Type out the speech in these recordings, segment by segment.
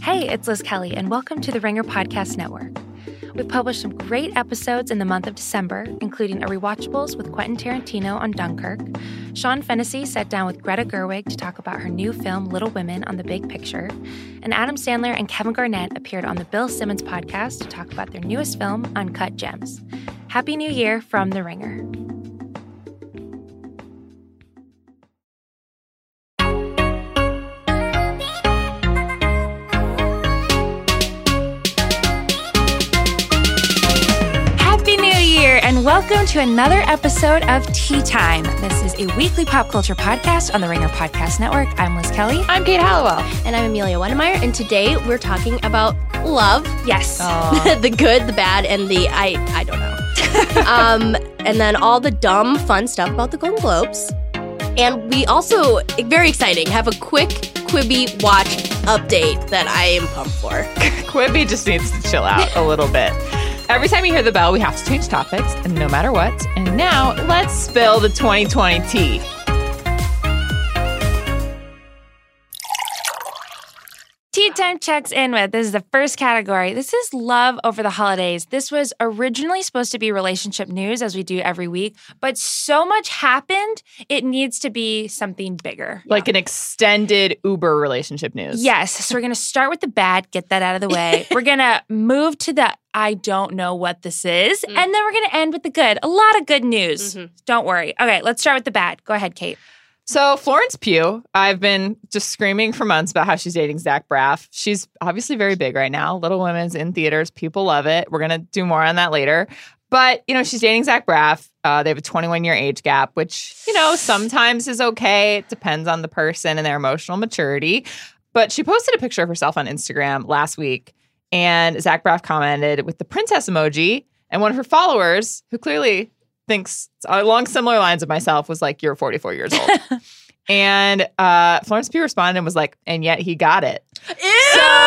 Hey, it's Liz Kelly, and welcome to the Ringer Podcast Network. We've published some great episodes in the month of December, including a rewatchables with Quentin Tarantino on Dunkirk. Sean Fennessy sat down with Greta Gerwig to talk about her new film Little Women on the Big Picture, and Adam Sandler and Kevin Garnett appeared on the Bill Simmons podcast to talk about their newest film, Uncut Gems. Happy New Year from The Ringer. Happy New Year and welcome to another episode of Tea Time. This is a weekly pop culture podcast on the Ringer Podcast Network. I'm Liz Kelly. I'm Kate Hallowell. And I'm Amelia Wenemeyer, and today we're talking about love. Yes. the good, the bad, and the I I don't know. um, and then all the dumb fun stuff about the Golden Globes. And we also, very exciting, have a quick Quibi watch update that I am pumped for. Quibby just needs to chill out a little bit. Every time you hear the bell, we have to change topics, and no matter what. And now let's spill the 2020 tea. Tea Time checks in with this is the first category. This is love over the holidays. This was originally supposed to be relationship news as we do every week, but so much happened, it needs to be something bigger. Like an extended Uber relationship news. Yes. So we're going to start with the bad, get that out of the way. we're going to move to the I don't know what this is. Mm. And then we're going to end with the good. A lot of good news. Mm-hmm. Mhm. Don't worry. Okay, let's start with the bad. Go ahead, Kate. So Florence Pugh, I've been just screaming for months about how she's dating Zach Braff. She's obviously very big right now. Little Women's in theaters. People love it. We're gonna do more on that later. But you know, she's dating Zach Braff. Uh, they have a 21 year age gap, which you know sometimes is okay. It depends on the person and their emotional maturity. But she posted a picture of herself on Instagram last week, and Zach Braff commented with the princess emoji, and one of her followers, who clearly thinks along similar lines of myself, was like, "You're 44 years old." And uh, Florence Pugh responded and was like, and yet he got it.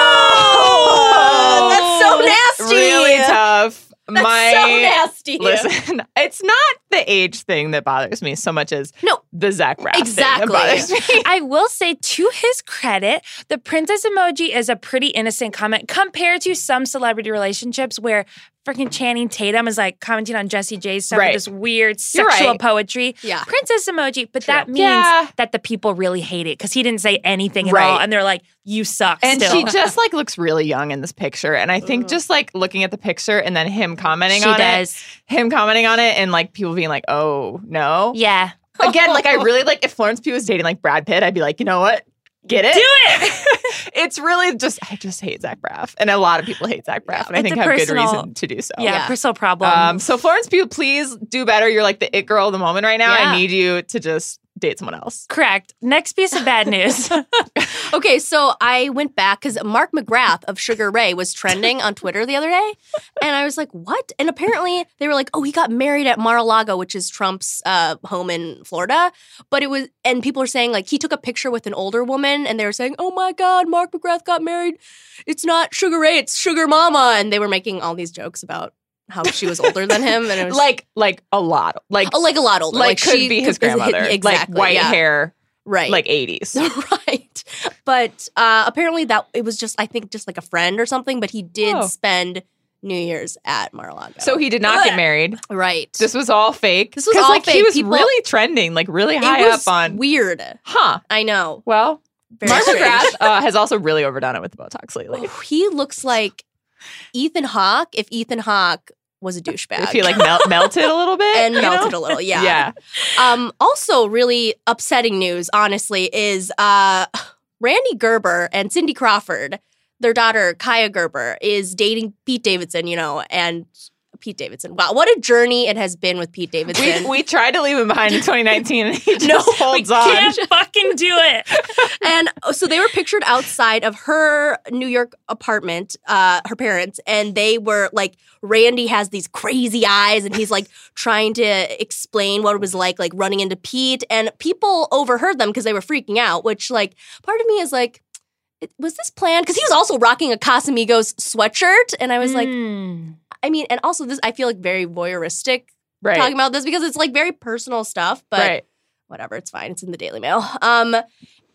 Oh, That's so nasty. Oh, Really tough. That's My so nasty. listen, it's not the age thing that bothers me so much as No. the Zach Braff Exactly. thing that bothers me. I will say, to his credit, the princess emoji is a pretty innocent comment compared to some celebrity relationships where freaking Channing Tatum is like commenting on Jesse J's stuff Right. with this weird You're sexual right. poetry. Yeah. Princess emoji, but that means Yeah. that the people really hate it because he didn't say anything at Right. all, and they're like, "You suck." And still. she just like looks really young in this picture. And I think just like looking at the picture and then him commenting She on does. it, him commenting on it, and like people being like, oh no. Yeah. Again, like I really like if Florence Pugh was dating like Brad Pitt, I'd be like, you know what? Get it. Do it. it's really just I just hate Zach Braff, and a lot of people hate Zach Braff, and I It's think a have personal- good reason to do so. Yeah, Yeah. personal problem. Um, so Florence Pugh, please do better. You're like the it girl of the moment right now. Yeah. I need you to just date someone else. Correct. Next piece of bad news. Okay, so I went back because Mark McGrath of Sugar Ray was trending on Twitter the other day, and I was like, "What?" And apparently, they were like, "Oh, he got married at Mar-a-Lago, which is Trump's uh, home in Florida." But it was, and people are saying like he took a picture with an older woman, and they were saying, "Oh my God, Mark McGrath got married. It's not Sugar Ray, it's Sugar Mama," and they were making all these jokes about how she was older than him, and it was Like, like a lot. Like, oh, like a lot older, like, could she uh, be his grandmother. exactly, like white yeah, hair, right, like 80s. right. But uh, apparently that it was just I think just like a friend or something. But he did Oh. spend New Year's at Mar-a-Lago. So he did not get married. right. This was all fake. This was 'Cause, all like, He fake. was People- really trending, like really it high was up on. weird. huh. I know. Well, Very Mark strange. McGrath uh, has also really overdone it with the Botox lately. Oh, he looks like Ethan Hawke if Ethan Hawke was a douchebag. If he like mel- melted a little bit and you know? melted a little, yeah. yeah. Um, also, really upsetting news, honestly, is uh, Randy Gerber and Cindy Crawford, their daughter Kaya Gerber, is dating Pete Davidson, you know, and Pete Davidson. Wow, what a journey it has been with Pete We, Davidson. we tried to leave him behind in 2019 and he just No, holds on. Can't fucking do it. and oh, so they were pictured outside of her New York apartment, uh, her parents, and they were like, Randy has these crazy eyes, and he's like trying to explain what it was like, like running into Pete, and people overheard them because they were freaking out. Which, like, part of me is like, it- was this planned? Because he was also rocking a Casamigos sweatshirt, and I was like, Mm. I mean, and also this, I feel like very voyeuristic Right. talking about this because it's like very personal stuff, but right. whatever, it's fine. It's in the Daily Mail. Um,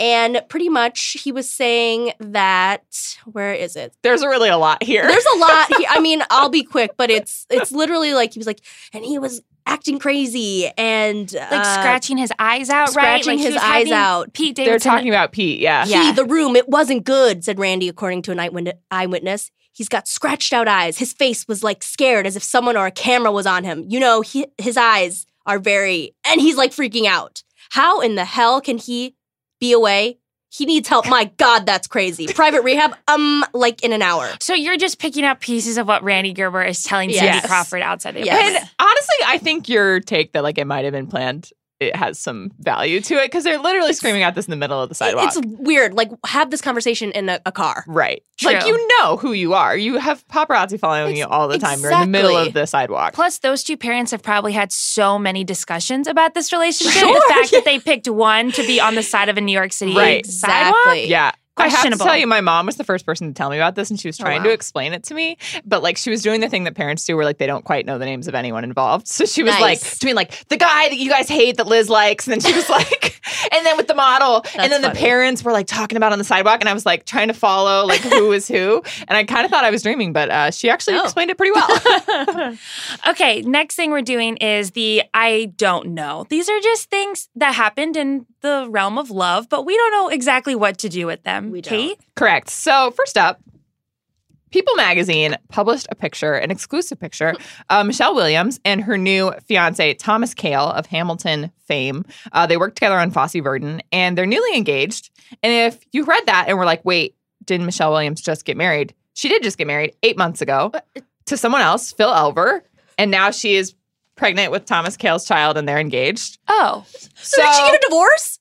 And pretty much he was saying that where is it? There's really a lot here. There's a lot. He, I mean, I'll be quick, but it's it's literally like he was like, and he was acting crazy and like uh, scratching his eyes out, right? scratching Like, he his was eyes having out. Pete They're Davidson. talking about Pete. Yeah. Yeah. He, the room, it wasn't good, said Randy, according to an eyewit- eyewitness. He's got scratched out eyes. His face was like scared as if someone or a camera was on him. You know, he, his eyes are very, and he's like freaking out. How in the hell can he be away? He needs help. My God, that's crazy. Private rehab, um, like in an hour. So you're just picking up pieces of what Randy Gerber is telling Yes. Cindy Crawford outside the Yes. And apartment. honestly, I think your take that like it might have been planned, it has some value to it because they're literally screaming at this in the middle of the sidewalk. It's weird. Like, have this conversation in a, a car. right. True. Like you know who you are. You have paparazzi following Ex- you all the time. You're in the middle exactly. of the sidewalk. Plus, those two parents have probably had so many discussions about this relationship. Sure, the fact that they picked one to be on the side of a New York City Right. sidewalk. Exactly. Yeah. I have to Questionable. tell you, my mom was the first person to tell me about this, and she was Oh, trying wow. to explain it to me. But like, she was doing the thing that parents do, where like they don't quite know the names of anyone involved. So she was Nice. like doing like the guy that you guys hate that Liz likes, and then she was like, and then with the model, That's and then funny. the parents were like talking about on the sidewalk, and I was like trying to follow like who was who, and I kind of thought I was dreaming, but uh, she actually Oh. explained it pretty well. Okay, next thing we're doing is the I don't know. These are just things that happened in the realm of love, but we don't know exactly what to do with them. We don't. Kate? Correct. So, first up, People magazine published a picture, an exclusive picture, Hmm. of Michelle Williams and her new fiance, Thomas Kale of Hamilton fame. Uh, they worked together on Fosse Verdon and they're newly engaged. And if you read that and were like, wait, didn't Michelle Williams just get married? She did just get married eight months ago Uh, to someone else, Phil Elver. And now she is pregnant with Thomas Kale's child and they're engaged. Oh, So, did she get a divorce?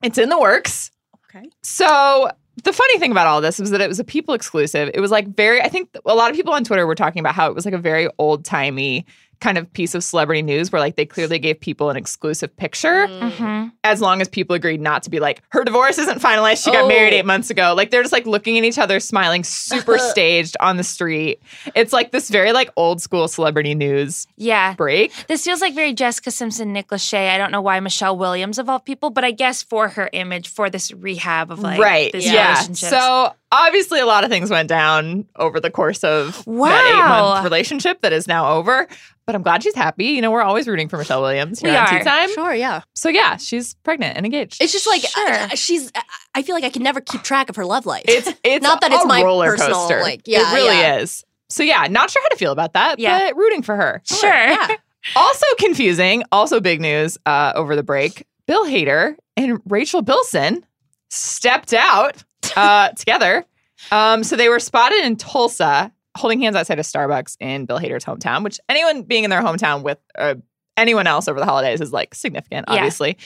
It's in the works. Okay. So the funny thing about all this was that it was a people exclusive. It was like very, I think a lot of people on Twitter were talking about how it was like a very old timey kind of piece of celebrity news where like they clearly gave people an exclusive picture Mm. mhm. as long as people agreed not to be like, her divorce isn't finalized. She got Oh. married eight months ago. Like they're just like looking at each other, smiling, super staged on the street. It's like this very like old school celebrity news yeah. break. This feels like very Jessica Simpson, Nick Lachey. I don't know why Michelle Williams of all people, but I guess for her image, for this rehab of like right. this yeah. relationship. So obviously, a lot of things went down over the course of that eight Wow. month relationship that is now over. But I'm glad she's happy. You know, we're always rooting for Michelle Williams here We on are. Tea Time. Sure, yeah. So yeah, she's pregnant and engaged. It's just like, Sure. uh, she's, I- I feel like I can never keep track of her love life. It's it's Not that a it's my roller personal, coaster. like, yeah, it really yeah. is. So yeah, not sure how to feel about that, Yeah. but rooting for her. sure. Yeah. Also confusing, also big news uh, over the break. Bill Hader and Rachel Bilson stepped out uh, together. Um, so they were spotted in Tulsa holding hands outside of Starbucks in Bill Hader's hometown, which anyone being in their hometown with uh, anyone else over the holidays is like significant, Yeah. obviously.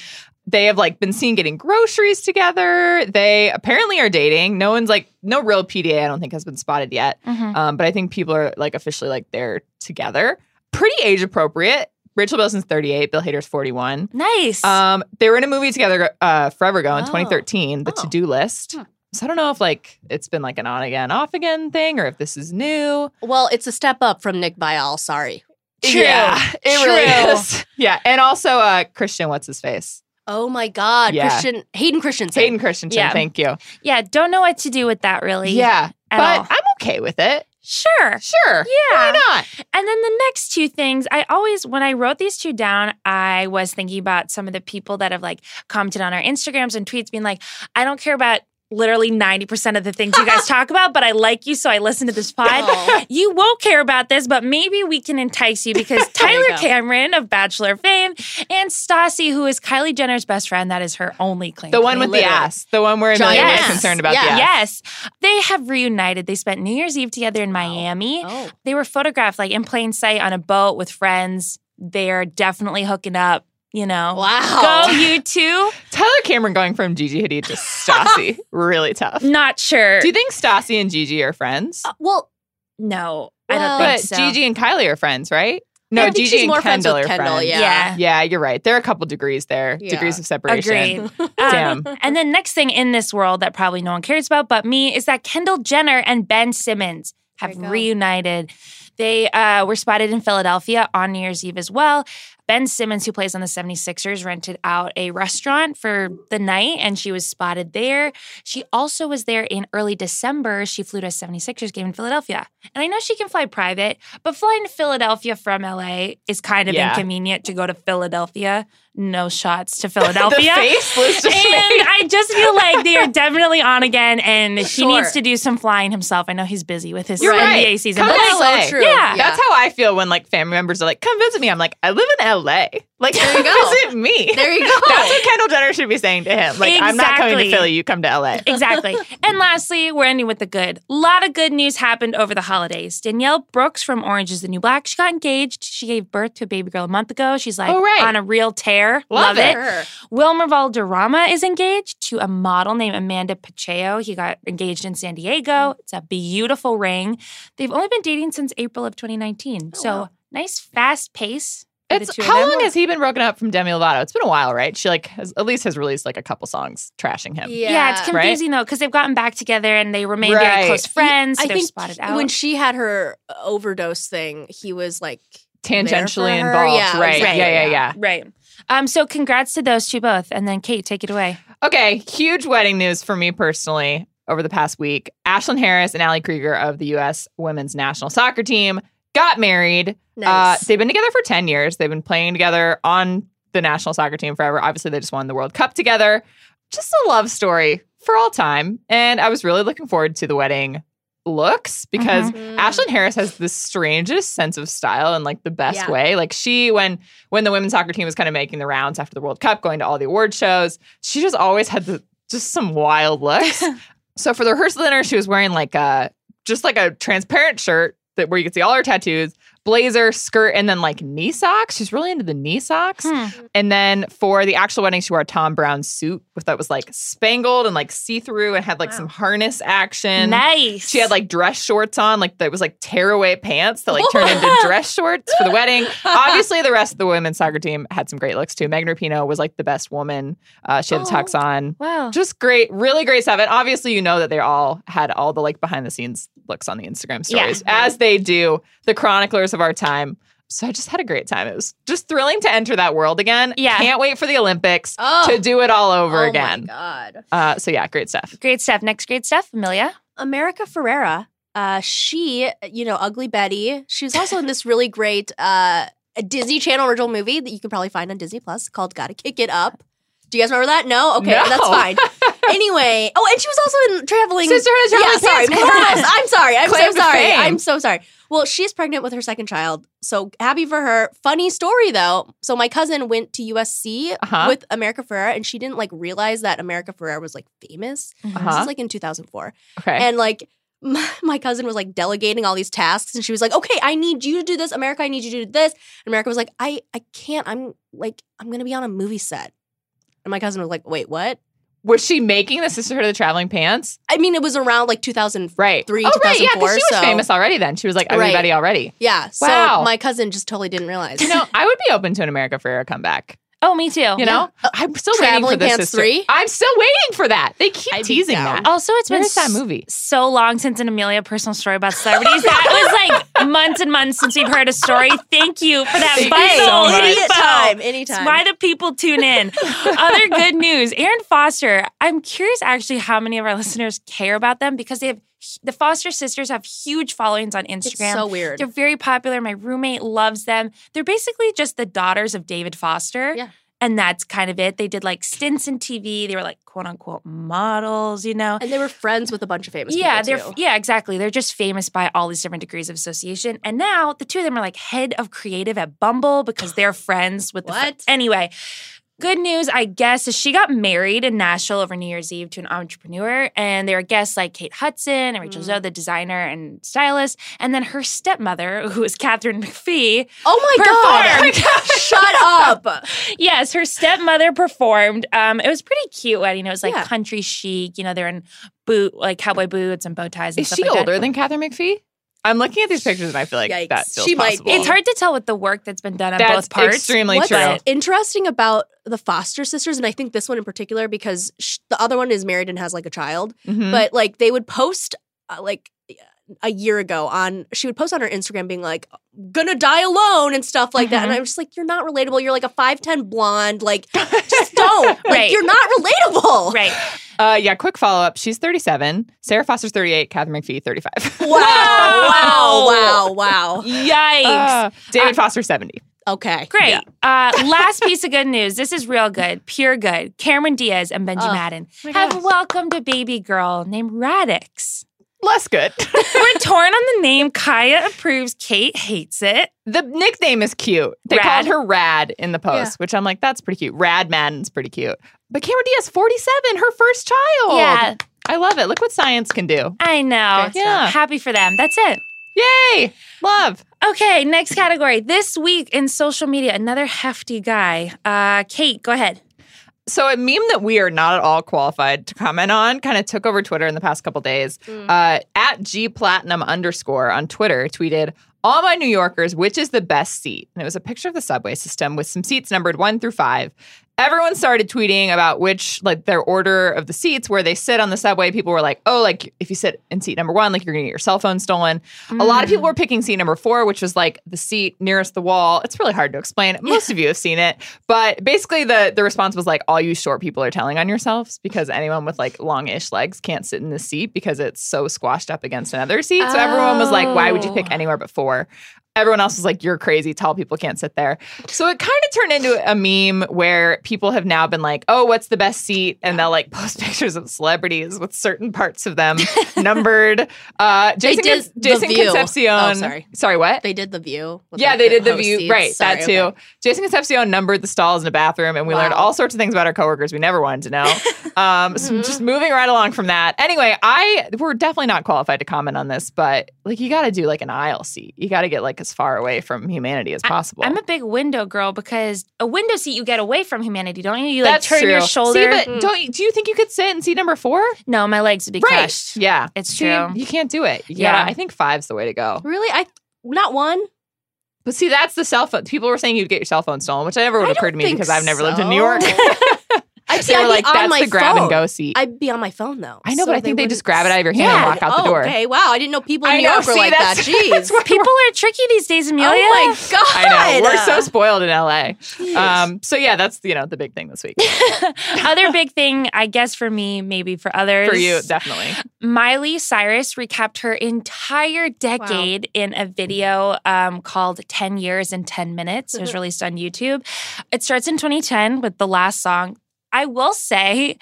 They have like been seen getting groceries together. They apparently are dating. No one's like, no real PDA, I don't think, has been spotted yet. Mhm. Um, but I think people are like officially like they're together. Pretty age appropriate. Rachel Bilson's 38, Bill Hader's 41. Nice. Um, they were in a movie together uh, forever ago in Oh. 2013, The Oh. To Do List. Hmm. So I don't know if like it's been like an on again, off again thing or if this is new. Well, it's a step up from Nick Vial. Sorry. True. Yeah, it True. really is. Yeah. And also uh, Christian, what's his face? Oh my God, Yeah. Christian Hayden Christensen. Hayden Christensen, Yeah. thank you. yeah, don't know what to do with that really. Yeah. at but all. I'm okay with it. Sure. Sure. Yeah. Why not? And then the next two things, I always, when I wrote these two down, I was thinking about some of the people that have like commented on our Instagrams and tweets being like, I don't care about literally 90% of the things you guys talk about, but I like you, so I listen to this pod. Oh. You won't care about this, but maybe we can entice you because you Tyler go. Cameron of Bachelor fame and Stassi, who is Kylie Jenner's best friend, that is her only claim. The one with the Literally. ass. The one where Amelia Giant was ass. concerned about the Yeah. ass. Yes. They have reunited. They spent New Year's Eve together in Miami. oh. They were photographed like in plain sight on a boat with friends. They're definitely hooking up, you know. Wow. Oh. Go, you two. Tyler Cameron going from Gigi Hadid to Stassi. really tough. Not sure. Do you think Stassi and Gigi are friends? Uh, well, no, I Well- don't think but so. Gigi and Kylie are friends, right? No, I think Gigi she's and more friends Kendall with are Kendall, friends. yeah. Yeah. Yeah, you're right. There are a couple degrees there, Yeah. degrees of Agreed. separation. Um, Damn. and then next thing in this world that probably no one cares about but me is that Kendall Jenner and Ben Simmons have There you go. reunited. They uh, were spotted in Philadelphia on New Year's Eve as well. Ben Simmons, who plays on the 76ers, rented out a restaurant for the night and she was spotted there. She also was there in early December. She flew to a 76ers game in Philadelphia. And I know she can fly private, but flying to Philadelphia from LA is kind of Yeah. inconvenient to go to Philadelphia. No shots to the Philadelphia. face was And just made. I just feel like they are definitely on again, and he Sure. needs to do some flying himself. I know he's busy with his You're NBA right. season, Come but like, on, That's so LA. true. Yeah. That's how I feel when like family members are like, "Come visit me." I'm like, "I live in LA. Like, There you go. visit me." there you go. That's what Kendall Jenner should be saying to him. Like, I'm not coming to Exactly. Philly. You come to LA. exactly. And lastly, we're ending with the good. A lot of good news happened over the holidays. Danielle Brooks from Orange is the New Black. She got engaged. She gave birth to a baby girl a month ago. She's like Oh, right. on a real tear. Love it. Sure. Wilmer Valderrama is engaged to a model named Amanda Pacheco. He got engaged in San Diego. It's a beautiful ring. They've only been dating since April of 2019. Oh, so wow. nice, fast pace. for the It's two of how them. long has he been broken up from Demi Lovato? It's been a while, right? She like has, at least has released like a couple songs trashing him. Yeah, it's Right? confusing though because they've gotten back together and they remain very Right. close friends. I they're think spotted out. when she had her uh, overdose thing, he was like, Tangentially There for her, involved, yeah, right? exactly. Yeah, yeah, yeah. right. Um. So congrats to those two both, and then Kate, take it away. Okay, huge wedding news for me personally over the past week. Ashlyn Harris and Allie Krieger of the U.S. Women's National Soccer Team got married. nice. Uh, they've been together for 10 years. They've been playing together on the national soccer team forever. Obviously, they just won the World Cup together. Just a love story for all time. And I was really looking forward to the wedding looks because Mhm. Ashlyn Harris has the strangest sense of style in like the best Yeah. way. Like she when when the women's soccer team was kind of making the rounds after the World Cup, going to all the award shows, she just always had the just some wild looks. so for the rehearsal dinner, she was wearing like a just like a transparent shirt that where you could see all her tattoos, blazer, skirt, and then like knee socks. She's really into the knee socks. Hmm. And then for the actual wedding, she wore a Tom Brown suit with that was like spangled and like see through and had like Wow. some harness action. nice. She had like dress shorts on, like that was like tearaway pants that like turned into dress shorts for the wedding. Obviously, the rest of the women's soccer team had some great looks too. Megan Rapinoe was like the best woman. Uh, she had the tux on. wow. Just great, really great stuff. And obviously, you know that they all had all the like behind the scenes looks on the Instagram Yeah. stories, as they do, the chroniclers of our time. So I just had a great time. It was just thrilling to enter that world again. Yeah. Can't wait for the Olympics oh, to do it all over oh again. My God. Uh, so yeah, great stuff. Great stuff. Next great stuff, Amelia. America Ferrera, uh, she, you know, Ugly Betty, she was also in this really great uh, Disney Channel original movie that you can probably find on Disney Plus called Gotta Kick It Up. Do you guys remember that? No? Okay, No. that's fine. anyway, oh, and she was also in Traveling. Sisterhood of Traveling yeah, sorry. Pants, Of come course. on. I'm sorry. I'm Claim so to sorry. fame. I'm so sorry. Well, she is pregnant with her second child. So happy for her. Funny story though. So my cousin went to USC Uh-huh. with America Ferrera and she didn't like realize that America Ferrera was like famous. This Uh-huh. is like in 2004. Okay. And like my, my cousin was like delegating all these tasks and she was like, "Okay, I need you to do this. America, I need you to do this." And America was like, "I I can't. I'm like I'm going to be on a movie set." And my cousin was like, "Wait, what?" Was she making the Sisterhood of the Traveling Pants? I mean, it was around like 2000 Right. Three, oh, right. Yeah, 2004, because she was so- famous already then. She was like Right. everybody already. Yeah. So Wow. my cousin just totally didn't realize. You know, I would be open to an America Ferrera comeback. Oh, me too. You know, I'm still waiting for Uh, Traveling this Pants sister. 3? I'm still waiting for that. They keep I'd be teasing down. Oh, that. Also, it's Where been is that s- movie? so long since an Amelia personal story about celebrities. That was like months and months since we've heard a story. Thank you for that Thank you vital so much. info. Idiot time, anytime. It's why the people tune in. Other good news: Aaron Foster. I'm curious actually how many of our listeners care about them because they have the Foster sisters have huge followings on Instagram. it's so weird. They're very popular. My roommate loves them. They're basically just the daughters of David Foster. Yeah. And that's kind of it. They did like stints in TV. They were like quote unquote models, you know? and they were friends with a bunch of famous yeah, people they're too. yeah, exactly. They're just famous by all these different degrees of association. And now the two of them are like head of creative at Bumble because they're friends with the fr- What? anyway. Good news, I guess, is she got married in Nashville over New Year's Eve to an entrepreneur, and there were guests like Kate Hudson and Rachel Mm. Zoe, the designer and stylist, and then her stepmother, who is Catherine McPhee. oh my Performed. god. Shut up. Yes, her stepmother performed. Um, it was pretty cute wedding. It was like Yeah. country chic. You know, they're in boot like cowboy boots and bow ties and Is stuff she like that. older than Catherine McPhee? I'm looking at these pictures and I feel like Yikes. that feels She might possible. be. It's hard to tell with the work that's been done on That's both parts. extremely What's true. interesting about the Foster sisters, and I think this one in particular, because sh- the other one is married and has like a child, Mhm. but like they would post uh, like a year ago on she would post on her Instagram being like gonna die alone and stuff like that and Mhm. I'm just like you're not relatable you're like a 5'10 blonde like just don't like Right. you're not relatable Right. Uh, yeah, quick follow up. She's 37. Sarah Foster's 38. Catherine McPhee, 35. wow wow wow wow Yikes. Uh, David Foster, 70. okay Great. Uh, last piece of good news. This is real good, pure good. Cameron Diaz and Benji Oh, Madden my have gosh. welcomed a baby girl named Radix. Less good. We're torn on the name. Kaya approves. Kate hates it. the nickname is cute. They Rad. called her Rad in the post, which I'm like, that's pretty cute. Rad Madden's pretty cute. But Cameron Diaz, 47, her first child. Yeah, I love it. Look what science can do. I know. Great stuff. Happy for them. That's it. Yay. Love. Okay, next category. This week in social media, another hefty guy. Uh, Kate, go ahead. So a meme that we are not at all qualified to comment on kind of took over Twitter in the past couple days. Uh, at G Platinum underscore on Twitter tweeted, all my New Yorkers, which is the best seat? And it was a picture of the subway system with some seats numbered one through five. Everyone started tweeting about which, like, their order of the seats, where they sit on the subway. People were like, oh, like, if you sit in seat number one, like, you're gonna get your cell phone stolen. A lot of people were picking seat number four, which was like the seat nearest the wall. It's really hard to explain. Most of you have seen it, but basically the the response was like, all you short people are telling on yourselves because anyone with like longish legs can't sit in this seat because it's so squashed up against another seat. So everyone was like, why would you pick Oh. anywhere but four? Everyone else was like, you're crazy. Tall people can't sit there. So it kind of turned into a meme where people have now been like, oh, what's the best seat? And they'll like post pictures of celebrities with certain parts of them numbered. Uh, Jason, did Con- The Jason View. Concepcion. Oh, sorry. Sorry, what? they did the view with, yeah, like, they did the host view. seats. Right, Sorry, that too. okay. Jason Concepcion numbered the stalls in a bathroom, and we learned Wow. all sorts of things about our coworkers we never wanted to know. um, so just moving right along from that. Anyway, I we're definitely not qualified to comment on this, but like you got to do like an aisle seat. You got to get like as far away from humanity as possible. I'm a big window girl because a window seat you get away from humanity, don't you? You like turn your true. shoulder. See, but don't you, do you think you could sit in seat number four? no, my legs would be crushed. Yeah. It's See, true. You can't do it. Yeah. Yeah. I think five's the way to go. really I not one But see, that's the cell phone. People were saying you'd get your cell phone stolen, which never would have I don't occurred to me think because I've never lived in New so. York. I'd, they I'd were like, be on that's my the grab phone. and go seat. I, I'd be on my phone though. know, so but I think they, just wouldn't- grab it out of your hand Yeah. and walk out the Oh, door. Okay, wow. I didn't know people in I New know, York were see, like that. that's- Jeez. People are tricky these days, Amelia. Oh my god. I know. We're so spoiled in LA. Um, so yeah, that's you know the big thing this week Other big thing, I guess, for me, maybe for others. for you, definitely. Miley Cyrus recapped her entire decade in a video um, called 10 Years in 10 Minutes. It was released on YouTube. It starts in 2010 with the last song. I will say,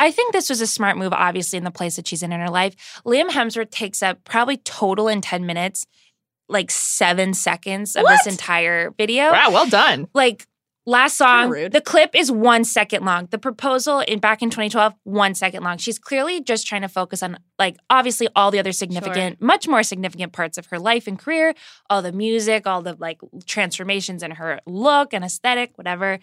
I think this was a smart move, obviously, in the place that she's in in her life. Liam Hemsworth takes up probably total in 10 minutes, like seven seconds of this What? entire video Wow, well done. like last song rude. the clip is one second long the proposal in back in 2012 one second long she's clearly just trying to focus on like obviously all the other significant much more significant parts of her life and career all the music all the like transformations in her look and aesthetic whatever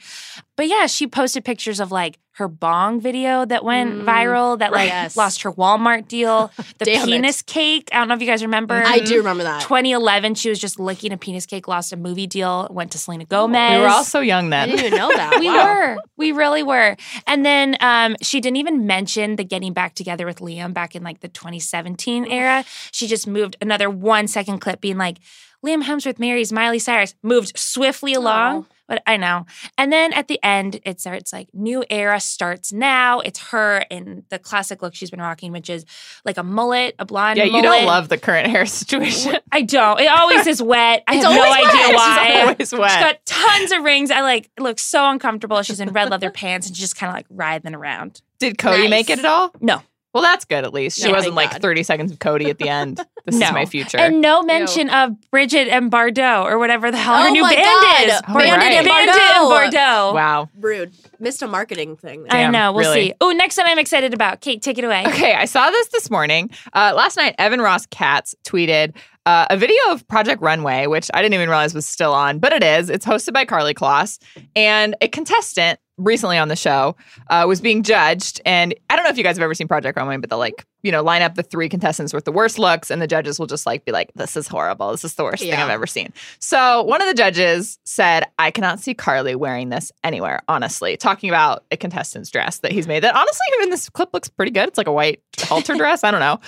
but yeah she posted pictures of like her bong video that went Mm, viral that like yes. lost her walmart deal the Damn it. penis cake i don't know if you guys remember I do remember that. 2011, she was just licking a penis cake, lost a movie deal, went to Selena Gomez. We were all so young I then. didn't even know that. We wow. were. We really were. And then um, she didn't even mention the getting back together with Liam back in like the 2017 era. She just moved another one second clip being like, Liam Hemsworth marries Miley Cyrus, moved swiftly along. Aw. But I know. And then at the end, it starts like new era starts now. It's her in the classic look she's been rocking, which is like a mullet, a blonde Yeah, you mullet. don't love the current hair situation. I don't. It always is wet. I have It's no always wet. idea It's why. It's always She's wet. got tons of rings. I like it looks so uncomfortable. She's in red leather pants and she's just kind of like writhing around. Did Cody Nice. make it at all? No. Well, that's good at least. She Yeah, wasn't like thank God. 30 seconds of Cody at the end. This No. is my future. And no mention of Bridget and Bardot or whatever the hell her Oh new my band God. is. Oh, Bandit right. and Bandit Bardot. and Bardot. wow. Rude. Missed a marketing thing. there. I Damn, know. We'll really. see. Oh, next one I'm excited about. Kate, take it away. Okay, I saw this this morning. Uh, last night, Evan Ross Katz tweeted uh, a video of Project Runway, which I didn't even realize was still on, but it is. It's hosted by Carly Kloss, and a contestant recently on the show uh, was being judged. And I don't know if you guys have ever seen Project Runway, but they'll like, you know, line up the three contestants with the worst looks, and the judges will just like be like, this is horrible. This is the worst thing Yeah. I've ever seen. So one of the judges said, I cannot see Carly wearing this anywhere, honestly, talking about a contestant's dress that he's made that honestly in this clip looks pretty good. It's like a white halter dress. I don't know.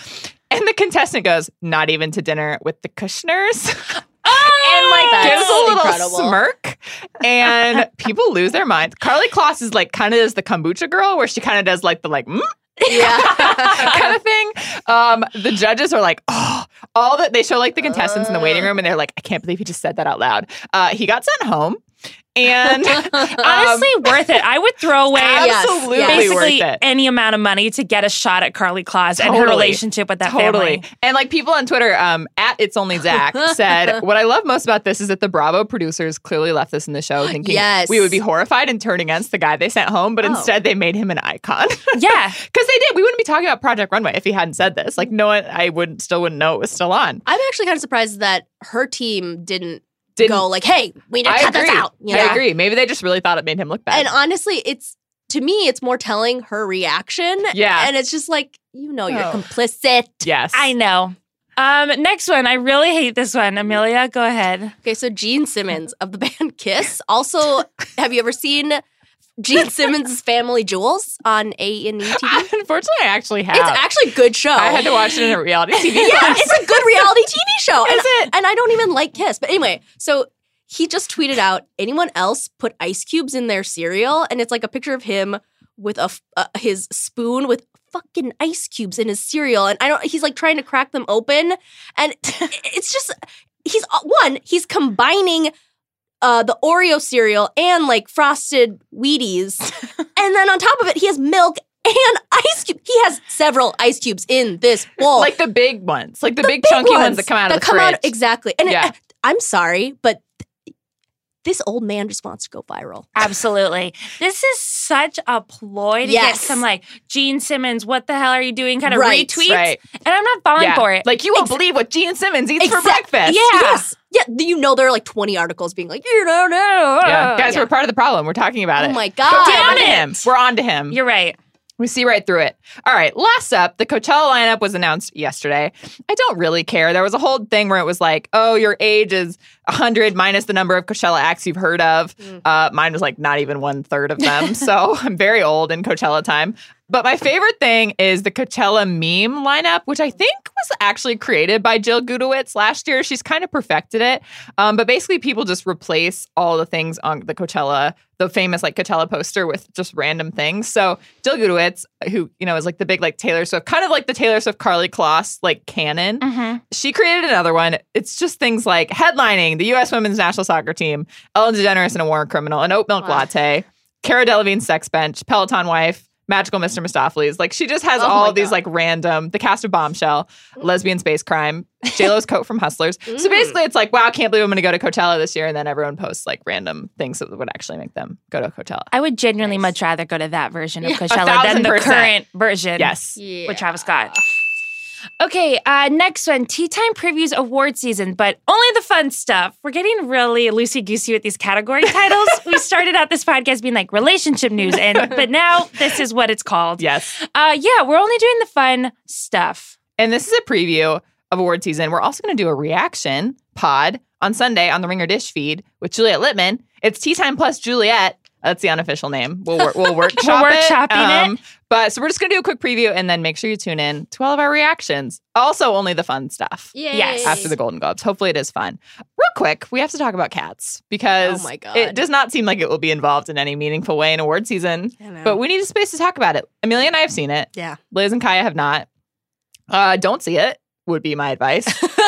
And the contestant goes, not even to dinner with the Kushners. and Oh! like gives a That's little incredible. smirk. And people lose their minds. Carly Kloss is like kind of is the kombucha girl where she kind of does like the like mm, Yeah. kind of thing. Um, the judges are like, oh, all that they show like the contestants in the waiting room and they're like, I can't believe he just said that out loud. Uh, he got sent home. And um, Honestly, worth it. I would throw away Yes, absolutely yes. basically worth it. any amount of money to get a shot at Carly Claus and her Totally. relationship with that totally. family. And like people on Twitter, um, at it's only Zach said, "What I love most about this is that the Bravo producers clearly left this in the show, thinking Yes. we would be horrified and turn against the guy they sent home, but Oh. instead they made him an icon because Yeah. they did. We wouldn't be talking about Project Runway if he hadn't said this. Like, no one, I would still wouldn't know it was still on. I'm actually kind of surprised that her team didn't, Didn't- go like, "Hey, we need to I cut this agree. out." You I know? agree. Maybe they just really thought it made him look bad. And honestly, it's to me, it's more telling her reaction. Yeah. and it's just like you know, you're Oh. complicit. yes, I know. Um, next one. I really hate this one. Amelia, go ahead. Okay, so Gene Simmons of the band Kiss. Also, have you ever seen Gene Simmons' Family Jewels on A and E TV? Unfortunately, I actually have. It's actually a good show. I had to watch it in a reality TV. yeah, it's a good reality TV show. And Is it? and I don't even like Kiss. But anyway, so he just tweeted out anyone else put ice cubes in their cereal, and it's like a picture of him with a f- uh, his spoon with fucking ice cubes in his cereal, and I don't. He's like trying to crack them open, and it's just he's uh, one. He's combining. Uh, the Oreo cereal and like frosted Wheaties, and then on top of it, he has milk and ice cube. He has several ice cubes in this bowl Like the big ones, like the, big, chunky ones, that come out of the come fridge. out- exactly. And it- Yeah. I'm sorry, but th- this old man just wants to go viral. Absolutely. This is such a ploy to get Yes. some like Gene Simmons, what the hell are you doing? Kind of Right, retweets. right. And I'm not falling Yeah. for it. Like you won't believe what Gene Simmons eats for Exact- breakfast. Yeah. Yes. Yeah. th- You know, there are like 20 articles being like, you don't Oh, know. Yeah. Guys, Yeah. we're part of the problem. We're talking about it. Oh my God. We're on Damn to it. him. We're on to him. You're right. we see right through it. All right. Last up, the Coachella lineup was announced yesterday. I don't really care. There was a whole thing where it was like, oh, your age is 100 minus the number of Coachella acts you've heard of. Mm. Uh, mine was like not even one third of them. so I'm very old in Coachella time. But my favorite thing is the Coachella meme lineup, which I think was actually created by Jill Gudowitz last year. She's kind of perfected it. Um, but basically, people just replace all the things on the Coachella, the famous like Coachella poster with just random things. So Jill Gudowitz, who, you know, is like the big like Taylor Swift, kind of like the Taylor Swift Carly Kloss like canon. Mm-hmm. She created another one. It's just things like headlining the U.S. women's national soccer team, Ellen DeGeneres and a war criminal, an oat milk Wow. latte, Cara Delevingne's sex bench, Peloton wife, magical Mr. Mistopheles. Like she just has Oh all my of these God. like random, the cast of Bombshell, lesbian space crime, JLo's coat from Hustlers. So Mm. basically it's like, wow, I can't believe I'm going to go to Coachella this year. And then everyone posts like random things that would actually make them go to Coachella. I would genuinely Nice. much rather go to that version of Yeah. A Coachella than thousand the percent. current version. Yes. Yeah. with Travis Scott. Okay, uh, next one. Tea time previews award season, but only the fun stuff. We're getting really loosey goosey with these category titles. we started out this podcast being like relationship news, and but now this is what it's called. Yes. Uh, yeah, we're only doing the fun stuff. And this is a preview of award season. We're also going to do a reaction pod on Sunday on the Ringer Dish feed with Juliet Littman. It's Tea Time Plus Juliet. That's the unofficial name. We'll, wor- we'll workshop We're it. um, workshopping it. But so we're just going to do a quick preview and then make sure you tune in to all of our reactions. Also, only the fun stuff Yay. Yes. after the Golden Globes. Hopefully, it is fun. Real quick, we have to talk about cats because Oh my God. it does not seem like it will be involved in any meaningful way in award season. I know. But we need a space to talk about it. Amelia and I have seen it. yeah. Liz and Kaya have not. Uh, don't see it would be my advice.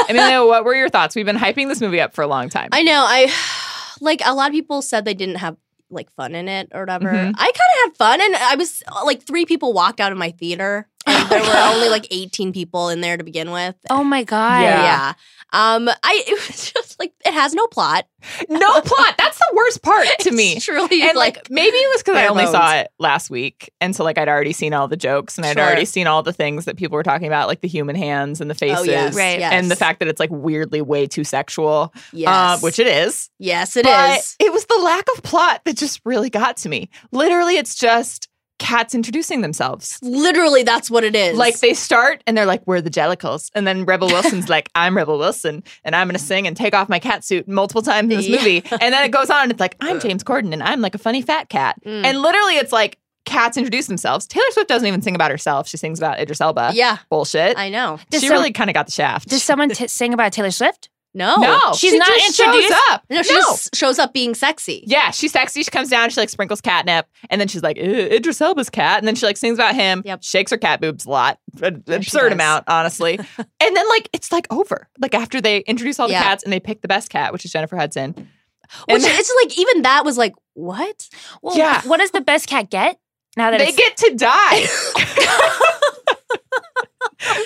Amelia, what were your thoughts? We've been hyping this movie up for a long time. I know. I like a lot of people said they didn't have like fun in it or whatever. Mhm. I kind of had fun, and I was like three people walked out of my theater, and there were only like 18 people in there to begin with. Oh my god! Yeah. yeah. Um, I it was just like it has no plot. no plot. That's the worst part to me. It's truly And like, maybe it was because I bare only bones. saw it last week, and so like I'd already seen all the jokes and I'd Sure. already seen all the things that people were talking about, like the human hands and the faces, oh yes, Right. yes. and the fact that it's like weirdly way too sexual, yes, uh, which it is. yes, it is. but It was the lack of plot that just really got to me. Literally, it's just cats introducing themselves. Literally, that's what it is. Like they start and they're like, "We're the Jellicles," and then Rebel Wilson's like, "I'm Rebel Wilson, and I'm gonna sing and take off my cat suit multiple times in this Yeah. movie." And then it goes on, and it's like, "I'm James Corden, and I'm like a funny fat cat," Mm. and literally, it's like cats introduce themselves. Taylor Swift doesn't even sing about herself. She sings about Idris Elba. Yeah, Bullshit. I know. Does she some- really kind of got the shaft. Does someone t- sing about Taylor Swift? No. no, she's she not just shows introduced? up. No, she No. just shows up being sexy. Yeah, she's sexy. She comes down. She like sprinkles catnip, and then she's like "Ew, Idris Elba's cat, and then she like sings about him. Yep. Shakes her cat boobs a lot, an Yeah, she absurd does. amount, honestly. and then like it's like over. Like after they introduce all the Yeah. cats and they pick the best cat, which is Jennifer Hudson. Which And it's like even that was like, what? Well, Yeah. What does the best cat get? Now that they it's, get to die.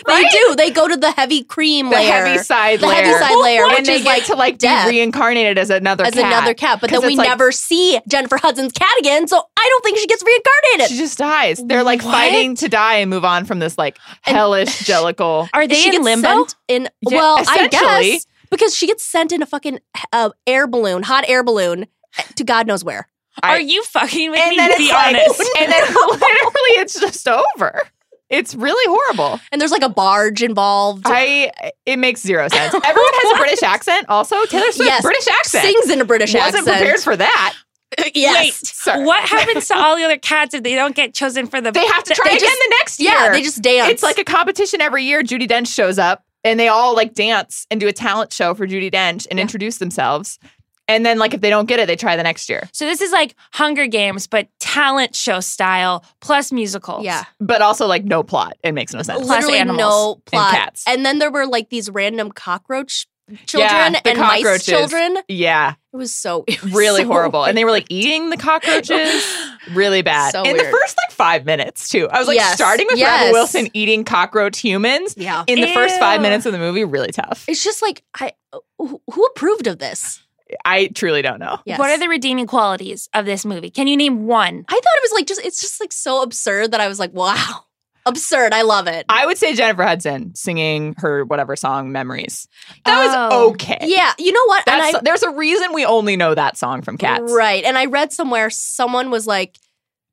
They do. They go to the heavy cream the layer. heavy side The layer. heavy side layer, and which they is get like to like death. be reincarnated as another as cat. another cat, but 'Cause then we it's like- never see Jennifer Hudson's cat again, so I don't think she gets reincarnated. She just dies. They're like What? fighting to die and move on from this like And- hellish jellical. are they she in gets limbo? sent in Yeah, well, I essentially. guess because she gets sent in a fucking uh, air balloon, hot air balloon, eh, to God knows where. Are you fucking with me? then Be it's like- honest. and then literally it's just over. It's really horrible. And there's like a barge involved. I it makes zero sense. Everyone has a British accent. Also, Taylor Swift Yes. British accent. Sings in a British Wasn't accent. prepared for that. yes. Sir. What happens to all the other cats if they don't get chosen for the? They have to try They again just- the next year. Yeah, they just dance. It's like a competition every year. Judy Dench shows up and they all like dance and do a talent show for Judy Dench and introduce themselves. And then like if they don't get it, they try the next year. so this is like Hunger Games, but talent show style plus musicals. yeah. But also like no plot. It makes no sense. Plus literally animals no plot. cats. And then there were like these random cockroach children the and mice cockroaches. children. Yeah. It was so it was really so horrible. And weird. they were like eating the cockroaches. Really bad. So In the weird. first like five minutes, too. I was like Yes. starting with Yes. Rebel Wilson eating cockroach humans yeah. in the first five Ew. minutes of the movie, really tough. It's just like I who who approved of this? I truly don't know. Yes. What are the redeeming qualities of this movie? Can you name one? I thought it was like just it's just like so absurd that I was like, wow. Absurd. I love it. I would say Jennifer Hudson singing her whatever song, Memories. That Oh. was okay. yeah. You know what? That's, and I there's a reason we only know that song from Cats. Right. And I read somewhere someone was like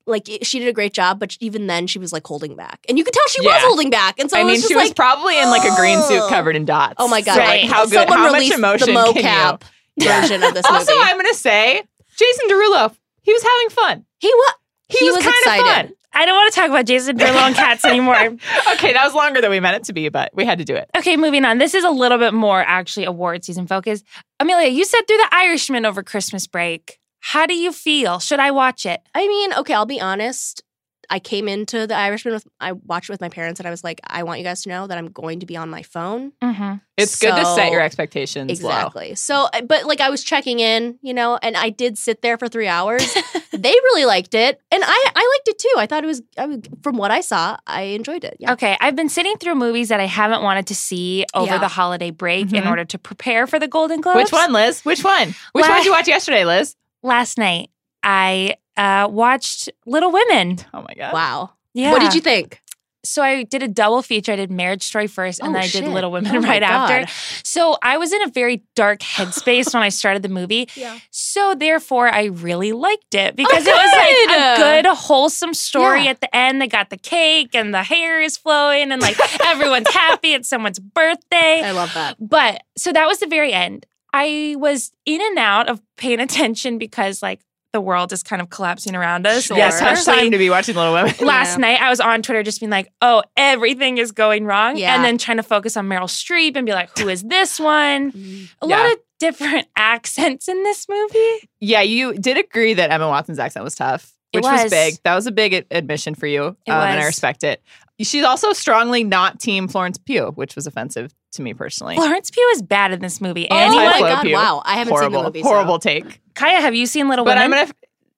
like she did a great job, but even then she was like holding back. And you could tell she Yeah. was holding back. And so I it was mean, just she was like probably in like a green suit "Ugh." covered in dots. Oh my god! So, Right. like, how good? Someone how much released emotion the can you? mocap version of this movie. Also, I'm gonna say Jason Derulo. He was having fun. he was He, He was, was kind excited. of I don't want to talk about Jason Derulo and cats anymore. fun. Okay, that was longer than we meant it to be, but we had to do it. Okay, moving on. This is a little bit more actually award season focused. Amelia, you said through the Irishman over Christmas break. How do you feel? Should I watch it? I mean, okay, I'll be honest. I came into The Irishman with I watched it with my parents, and I was like, I want you guys to know that I'm going to be on my phone. Mm-hmm. It's good to set So- your expectations low. Exactly. So, but like I was checking in, you know, and I did sit there for three hours. they really liked it, and I I liked it too. I thought it was I, was- from what I saw, I enjoyed it. Yeah. Okay, I've been sitting through movies that I haven't wanted to see over Yeah. Mm-hmm. the holiday break in Mhm. order to prepare for the Golden Globes. Which one, Liz? Which one? Which La- one did you watch yesterday, Liz? Last night, I uh, watched Little Women. Oh my god! Wow. Yeah. What did you think? So I did a double feature. I did Marriage Story first, and Oh, then I shit. did Little Women Oh my right God. after. So I was in a very dark headspace when I started the movie. Yeah. So therefore, I really liked it because it was like a Oh, good. good, wholesome story Yeah. at the end. They got the cake, and the hair is flowing, and like everyone's happy. It's someone's birthday. I love that. But so that was the very end. I was in and out of paying attention because like the world is kind of collapsing around us. Sure. Yeah, Yes, tough especially time to be watching Little Women. last Yeah. night I was on Twitter just being like, oh, everything is going wrong. Yeah. And then trying to focus on Meryl Streep and be like, who is this Oh one? A Yeah. lot of different accents in this movie. Yeah, you did agree that Emma Watson's accent was tough, It which was. was. big. That was a big ad- admission for you, um, It and I was. respect it. She's also strongly not Team Florence Pugh, which was offensive to me personally. Florence Pugh is bad in this movie. Oh Annie, oh my Flo god! Pew. Wow, I haven't horrible, seen the movie. so- horrible take. Kaya, have you seen Little But Women? I'm gonna.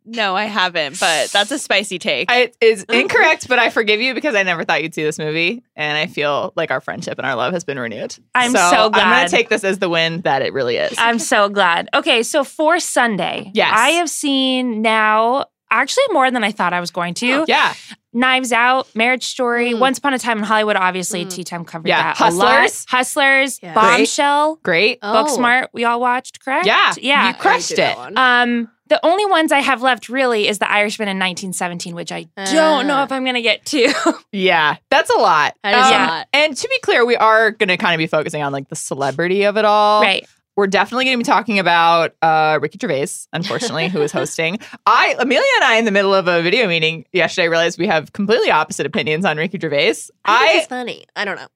No, I haven't, but that's a spicy take. I, it's incorrect, but I forgive you because I never thought you'd see this movie, and I feel like our friendship and our love has been renewed. I'm so I'm gonna glad. take this as the win that it really is. I'm so glad. Okay, so for Sunday, Yes. I have seen now actually more than I thought I was going to. Oh, yeah, Knives Out, Marriage Story, Mm. Once Upon a Time in Hollywood, obviously, Mm. Tea Time covered Yeah, that. a lot. Hustlers. Hustlers, Yeah. Great. Bombshell, great. Oh. Booksmart, we all watched, correct? Yeah, Yeah. you crushed I did that it. one. Um, the only ones I have left really is The Irishman in 1917, which I don't know Ah. if I'm going to get to. Yeah, that's a lot. That is a Um, lot. And to be clear, we are going to kind of be focusing on like the celebrity of it all. right. We're definitely going to be talking about uh, Ricky Gervais, unfortunately, who is hosting. I Amelia and I, in the middle of a video meeting yesterday, realized we have completely opposite opinions on Ricky Gervais. I think I it's funny. I don't know.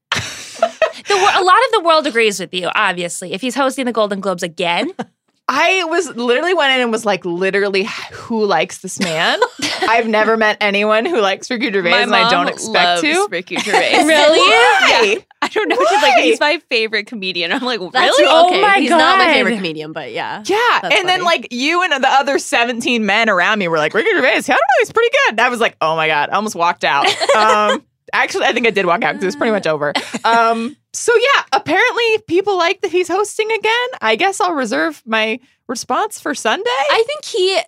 The, wor- a lot of the world agrees with you, obviously. If he's hosting the Golden Globes again, I was literally went in and was like, literally, who likes this man? I've never met anyone who likes Ricky Gervais, My and mom I don't expect loves to. Ricky Gervais. Why? I don't know. She's like, Why? he's my favorite comedian. I'm like, That's really? Oh okay. my He's not my favorite God. comedian, but yeah. Yeah. That's and then funny. like you and the other 17 men around me were like, Ricky Gervais, I don't know, he's pretty good. And I was like, oh my God, I almost walked out. Um, actually, I think I did walk out because it was pretty much over. Um, so yeah, apparently people like that he's hosting again. I guess I'll reserve my response for Sunday. I think he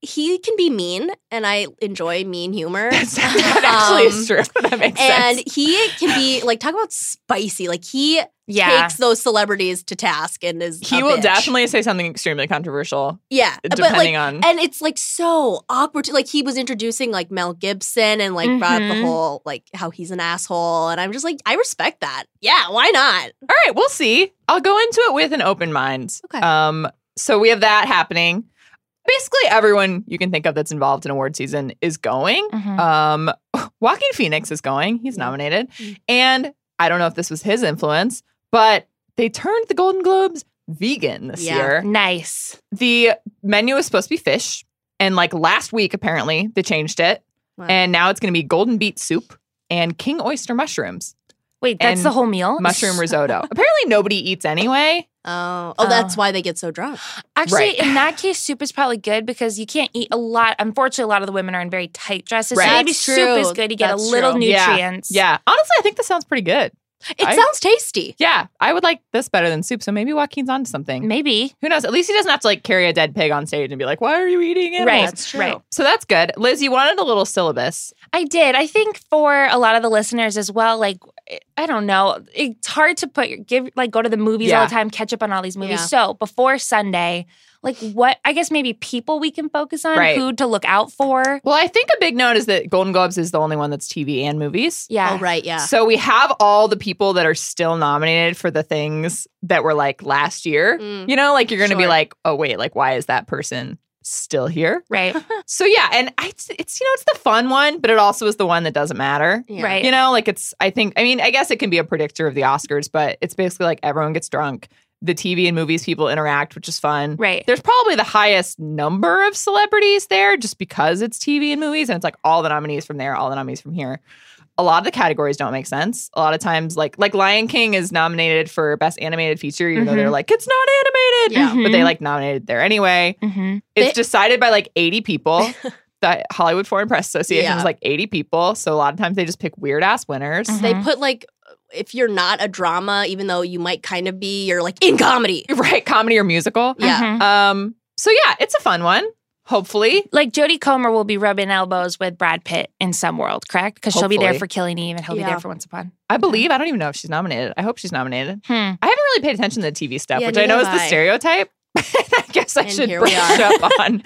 he can be mean, and I enjoy mean humor. That's that actually Um, is true. That makes And sense. he can be like talk about spicy. Like he yeah. takes those celebrities to task and is He a will bitch. definitely say something extremely controversial, yeah. but like depending on. and it's like so awkward. to- Like he was introducing like Mel Gibson and like brought up the Mm-hmm. Mhm. whole like how he's an asshole, and I'm just like I respect that. Yeah, why not? All right, we'll see. I'll go into it with an open mind. Okay. Um, so we have that happening. Basically, everyone you can think of that's involved in award season is going. Mm-hmm. Mhm. Um, Joaquin Phoenix is going. He's nominated, Mm. and I don't know if this was his influence, but they turned the Golden Globes vegan this Yeah. year nice. the menu was supposed to be fish and like last week apparently they changed it Wow. and now it's going to be golden beet soup and king oyster mushrooms Wait, that's And the whole meal? mushroom risotto apparently nobody eats anyway Oh, oh, Oh. that's why they get so drunk. Actually, Right. in that case, soup is probably good because you can't eat a lot. Unfortunately, a lot of the women are in very tight dresses. Right. So maybe That's soup is true. good. You get a That's little true. Yeah. nutrients. yeah honestly i think this sounds pretty good It I- sounds tasty. yeah i would like this better than soup so maybe joaquin's onto something Maybe. who knows at least he doesn't have to like carry a dead pig on stage and be like why are you eating it Right. That's true. Right. so that's good liz you wanted a little syllabus I did. I think for a lot of the listeners as well, like I don't know, it's hard to put your give like go to the movies all Yeah. the time, catch up on all these movies. Yeah. So before Sunday, like what I guess maybe people we can focus on, Right. who to look out for. well i think a big note is that golden globes is the only one that's tv and movies Yeah. Oh, right. Yeah. So we have all the people that are still nominated for the things that were like last year. Mm. You know, like you're going to be Sure. like, oh wait, like why is that person still here? Right. So yeah, and I, it's it's, you know it's the fun one, but it also is the one that doesn't matter. Yeah. Right. You know, like it's I think I mean I guess it can be a predictor of the Oscars, but it's basically like everyone gets drunk. The TV and movies people interact, which is fun. Right. There's probably the highest number of celebrities there just because it's TV and movies. And it's like all the nominees from there, all the nominees from here. A lot of the categories don't make sense. A lot of times, like like Lion King is nominated for Best Animated Feature, even though Mhm. they're like, it's not animated. Mm-hmm. Yeah. Mm-hmm. But they Mm-hmm. like nominated there anyway. Mhm. It's They- decided by like 80 people. the Hollywood Foreign Press Association Yeah. Mm-hmm. is like 80 people. So a lot of times they just pick weird ass winners. Mhm. They put like if you're not a drama, even though you might kind of be, you're like in comedy. Right? Comedy or musical. Yeah. Mhm. Um, so yeah, it's a fun one. Hopefully. Like Jodie Comer will be rubbing elbows with Brad Pitt in some world, correct? Because she'll be there Hopefully. for Killing Eve, and he'll be Yeah. there for Once Upon. I believe. I don't even know if she's nominated. I hope she's nominated. Hmm. I haven't really paid attention to the TV stuff, Yeah, which I neither know is have the I. stereotype. I guess I And should here we brush are. up on.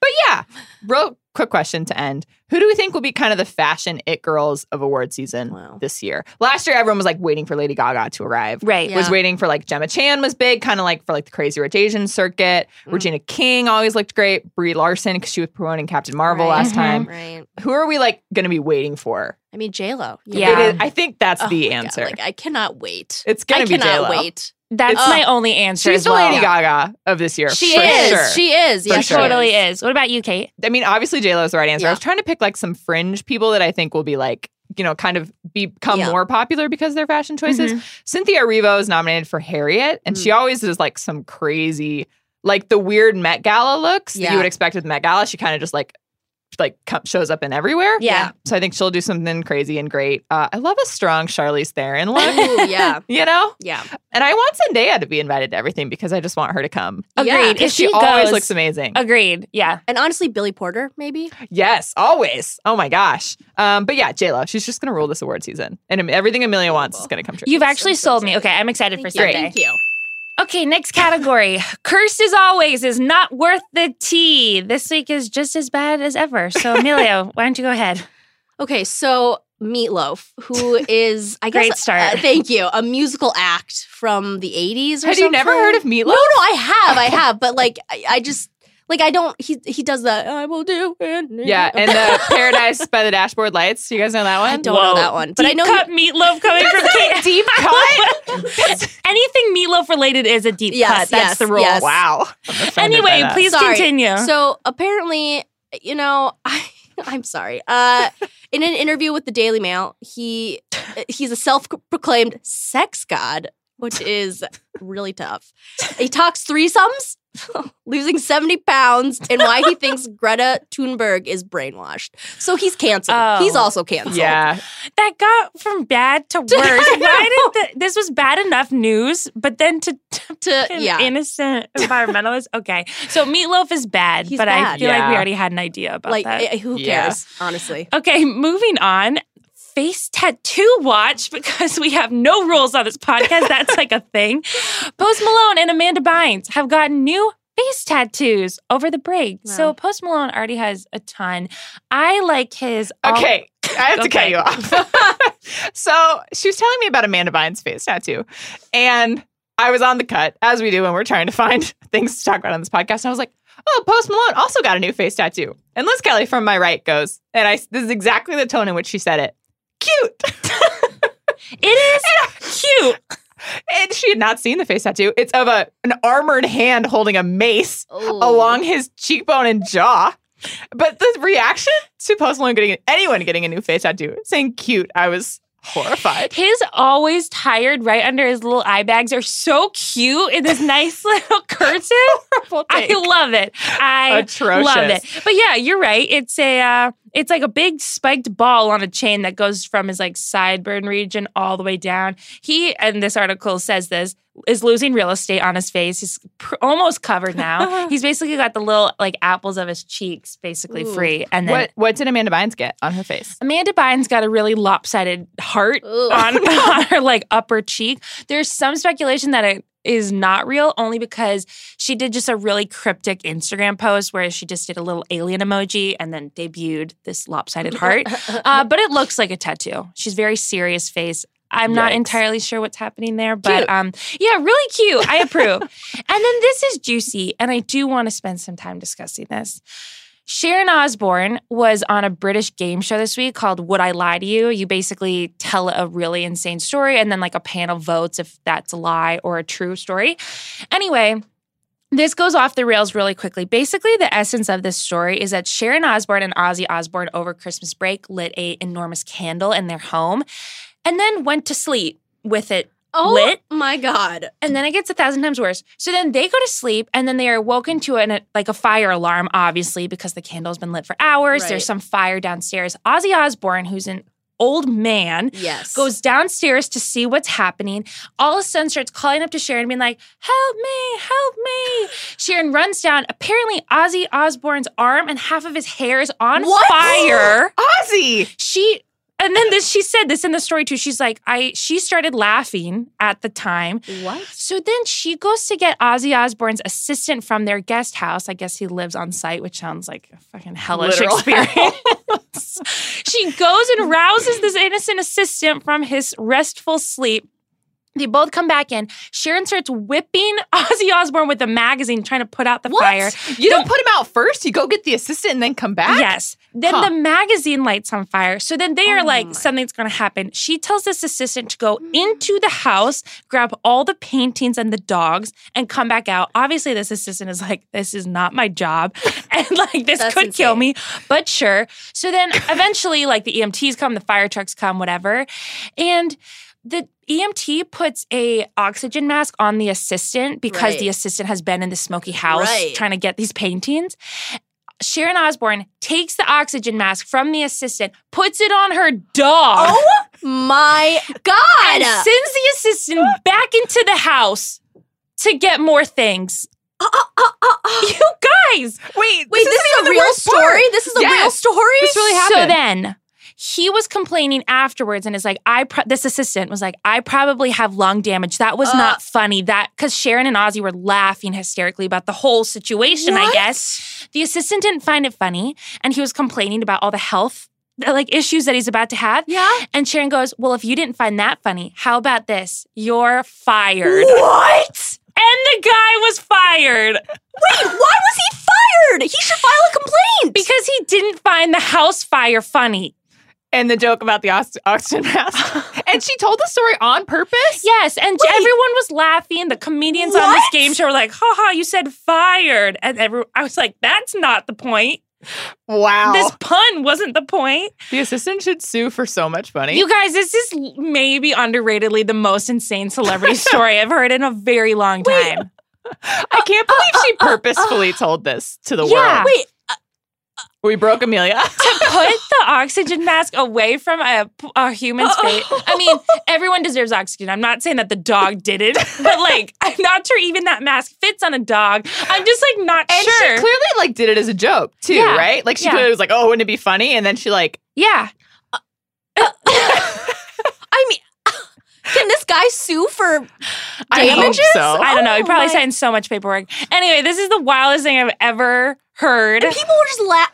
But yeah, real quick question to end. Who do we think will be kind of the fashion it girls of award season Wow. this year? Last year, everyone was like waiting for Lady Gaga to arrive. Right. Yeah. Was waiting for like Gemma Chan was big, kind of like for like the Crazy Rich Asian circuit. Mm. Regina King always looked great. Brie Larson because she was promoting Captain Marvel Right. Mm-hmm. last Mhm. time. Right. Who are we like going to be waiting for? I mean, J Lo. Yeah. It is, I think that's the answer. Oh Like I cannot wait. It's I gonna be cannot J-Lo. wait. That's It's- my only answer. She's as the well. Lady Gaga of this year. She for is. Sure. She is. For Yeah, She sure. totally is. What about you, Kate? I mean, obviously J Lo is the right answer. I Yeah. was trying to pick like some fringe people that I think will be like, you know, kind of become Yeah. Mm-hmm. more popular because of their fashion choices. Mm-hmm. Cynthia Erivo is nominated for Harriet, and Mm. she always does like some crazy, like the weird Met Gala looks that Yeah. you would expect with Met Gala. She kind of just like like co- shows up in everywhere. Yeah. So I think she'll do something crazy and great. Uh, I love a strong Charlize Theron look. Ooh, yeah. you know, Yeah. and I want Zendaya to be invited to everything because I just want her to come. Yeah. Agreed. Because If she, she, always goes- looks amazing. Agreed. Yeah. And honestly, Billy Porter, maybe. Yes, always. Oh my gosh. Um, but yeah, J Lo, she's just gonna rule this award season, and am- everything Amelia wants is gonna come true. You've actually so sold me. excited. Okay, I'm excited for Thank you. Sunday. Thank you. Okay, next category. Cursed as always is not worth the tea. This week is just as bad as ever. So, Emilio, why don't you go ahead? Okay, so Meatloaf, who is I guess Great start. uh, thank you, a musical act from the eighties. Had you never heard of Meatloaf? No, no, I have, I have, but like I, I just like I don't. He he does the I will do anything. Yeah, and the Paradise by the Dashboard Lights. You guys know that I one? don't know that one, but I know. cut meatloaf coming from Kate. Deep cut. Anything meatloaf related is a deep Yes, cut. That's yes, the rule. yes. Wow. I'm offended by Anyway, that. please Sorry. continue. So apparently, you know, I I'm sorry. Uh, in an interview with the Daily Mail, he uh, he's a self-proclaimed sex god, which is really tough. He talks threesomes, losing 70 pounds, and why he thinks Greta Thunberg is brainwashed. So he's canceled. Oh. He's also canceled. Yeah. that got from bad to worse. Why did the, this was bad enough news, but then to, to To, an Uh, yeah. innocent environmentalist? Okay, so meatloaf is bad, He's but I bad. feel like we Yeah. already had an idea about Like, that. eh, who cares, Yeah. honestly? Okay, moving on. Face tattoo watch because we have no rules on this podcast. That's like a thing. Post Malone and Amanda Bynes have gotten new face tattoos over the break. So Wow. Post Malone already has a ton. I like his. all- Okay. I have to cut Okay. you off. so she was telling me about Amanda Bynes' face tattoo. And I was on the cut, as we do when we're trying to find things to talk about on this podcast. And I was like, oh, Post Malone also got a new face tattoo. And Liz Kelly from my right goes, and I this is exactly the tone in which she said it. Cute. It is cute. and she had not seen the face tattoo. It's of a an armored hand holding a mace along his cheekbone and jaw. But the reaction to Post Malone getting anyone getting a new face tattoo, saying cute, I was horrified. His always tired right under his little eye bags are so cute in this nice little cursive. I love it. I Atrocious. Love it. But yeah, you're right. It's a uh, it's like a big spiked ball on a chain that goes from his like sideburn region all the way down. He and this article says this is losing real estate on his face. He's pr- almost covered now. He's basically got the little like apples of his cheeks basically Ooh. free. And then What what did Amanda Bynes get on her face? Amanda Bynes got a really lopsided heart Ooh. on, on her like upper cheek. There's some speculation that it is not real only because she did just a really cryptic Instagram post where she just did a little alien emoji and then debuted this lopsided heart. uh, but it looks like a tattoo. She's very serious face. I'm not Yikes. entirely sure what's happening there, but Cute. um, yeah, really cute. I approve. and then this is juicy, and I do want to spend some time discussing this. Sharon Osbourne was on a British game show this week called Would I Lie to You? You basically tell a really insane story and then like a panel votes if that's a lie or a true story. Anyway, this goes off the rails really quickly. Basically, the essence of this story is that Sharon Osbourne and Ozzy Osbourne over Christmas break lit a enormous candle in their home and then went to sleep with it Oh lit. my god. and then it gets a thousand times worse. So then they go to sleep, and then they are woken to an like a fire alarm, obviously because the candle's been lit for hours. Right. There's some fire downstairs. Ozzy Osbourne, who's an old man, Yes. goes downstairs to see what's happening. All of a sudden, starts calling up to Sharon, being like, "Help me! Help me!" Sharon runs down. Apparently, Ozzy Osbourne's arm and half of his hair is on What? fire Ozzy. she and then this she said this in the story too she's like i she started laughing at the time what? so then she goes to get ozzy osbourne's assistant from their guest house i guess he lives on site which sounds like a fucking hellish Literal experience she goes and rouses this innocent assistant from his restful sleep they both come back in. Sharon starts whipping Ozzy Osbourne with a magazine, trying to put out the What? fire. You don't put him out first. You go get the assistant and then come back. Yes. Then Huh. the magazine lights on fire. So then they are Oh like, my. Mm. something's going to happen. She tells this assistant to go into the house, grab all the paintings and the dogs, and come back out. Obviously, this assistant is like, this is not my job. And like, this That's could kill insane. me, but sure. So then eventually, like, the EMTs come, the fire trucks come, whatever. And the EMT puts a oxygen mask on the assistant because Right. the assistant has been in the smoky house Right. trying to get these paintings. Sharon Osbourne takes the oxygen mask from the assistant, puts it on her dog, Oh my and god. sends the assistant back into the house to get more things. Uh, uh, uh, uh, uh. You guys, Wait. Wait, this, isn't is a even the real worst story? part. This is a Yes. real story? This really happened. So then he was complaining afterwards and is like, I pro- this assistant was like, I probably have lung damage. That was Uh. not funny. That because Sharon and Ozzy were laughing hysterically about the whole situation, I What? guess. The assistant didn't find it funny and he was complaining about all the health uh, like issues that he's about to have. Yeah. And Sharon goes, Well, if you didn't find that funny, how about this? You're fired. What? And the guy was fired Wait, why was he fired? He should file a complaint. because he didn't find the house fire funny. and the joke about the Ox- oxygen mask. and she told the story on purpose. Yes, and everyone was laughing. The comedians on this What? game show were like, "Ha ha, you said fired." And every I was like, "That's not the point. Wow. This pun wasn't the point." the assistant should sue for so much money. You guys, this is maybe underratedly the most insane celebrity story I've heard in a very long time. I can't believe she purposefully told this to the Yeah. world. Wait, We broke Amelia. Put the oxygen mask away from a, a human's face. I mean, everyone deserves oxygen. I'm not saying that the dog did it, but like, I'm not sure even that mask fits on a dog. I'm just like not and sure. she clearly like did it as a joke too, Yeah. right? Like she Yeah. clearly was like, "Oh, wouldn't it be funny?" And then she like, yeah. I mean, can this guy sue for I hope damages? so. I don't know. He Oh probably my- signed so much paperwork. Anyway, this is the wildest thing I've ever heard. And people were just laughing.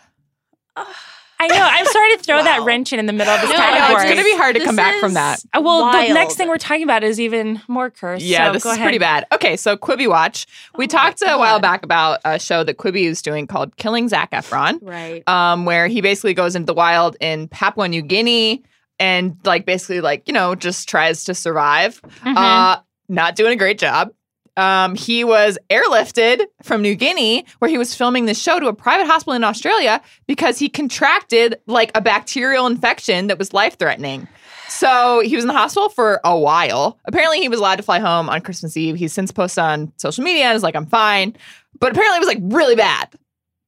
I know. I'm sorry to throw that Wow. wrench in in the middle of this No, "I know it's category. going to be hard to This come back from is- that." Uh, Well, the wild. next thing we're talking about is even more cursed. Yeah, so this go is ahead. Oh pretty bad. Okay, so Quibi Watch. We talked a while back about a show that Quibi is doing called Killing Zach Efron. Right. um, where he basically goes into the wild in Papua New Guinea and like basically like you know just tries to survive. Mm-hmm. Uh, not doing a great job. Um, he was airlifted from New Guinea, where he was filming the show, to a private hospital in Australia because he contracted like a bacterial infection that was life threatening. So he was in the hospital for a while. Apparently, he was allowed to fly home on Christmas Eve. He's since posted on social media and is like, I'm fine. But apparently, it was like really bad.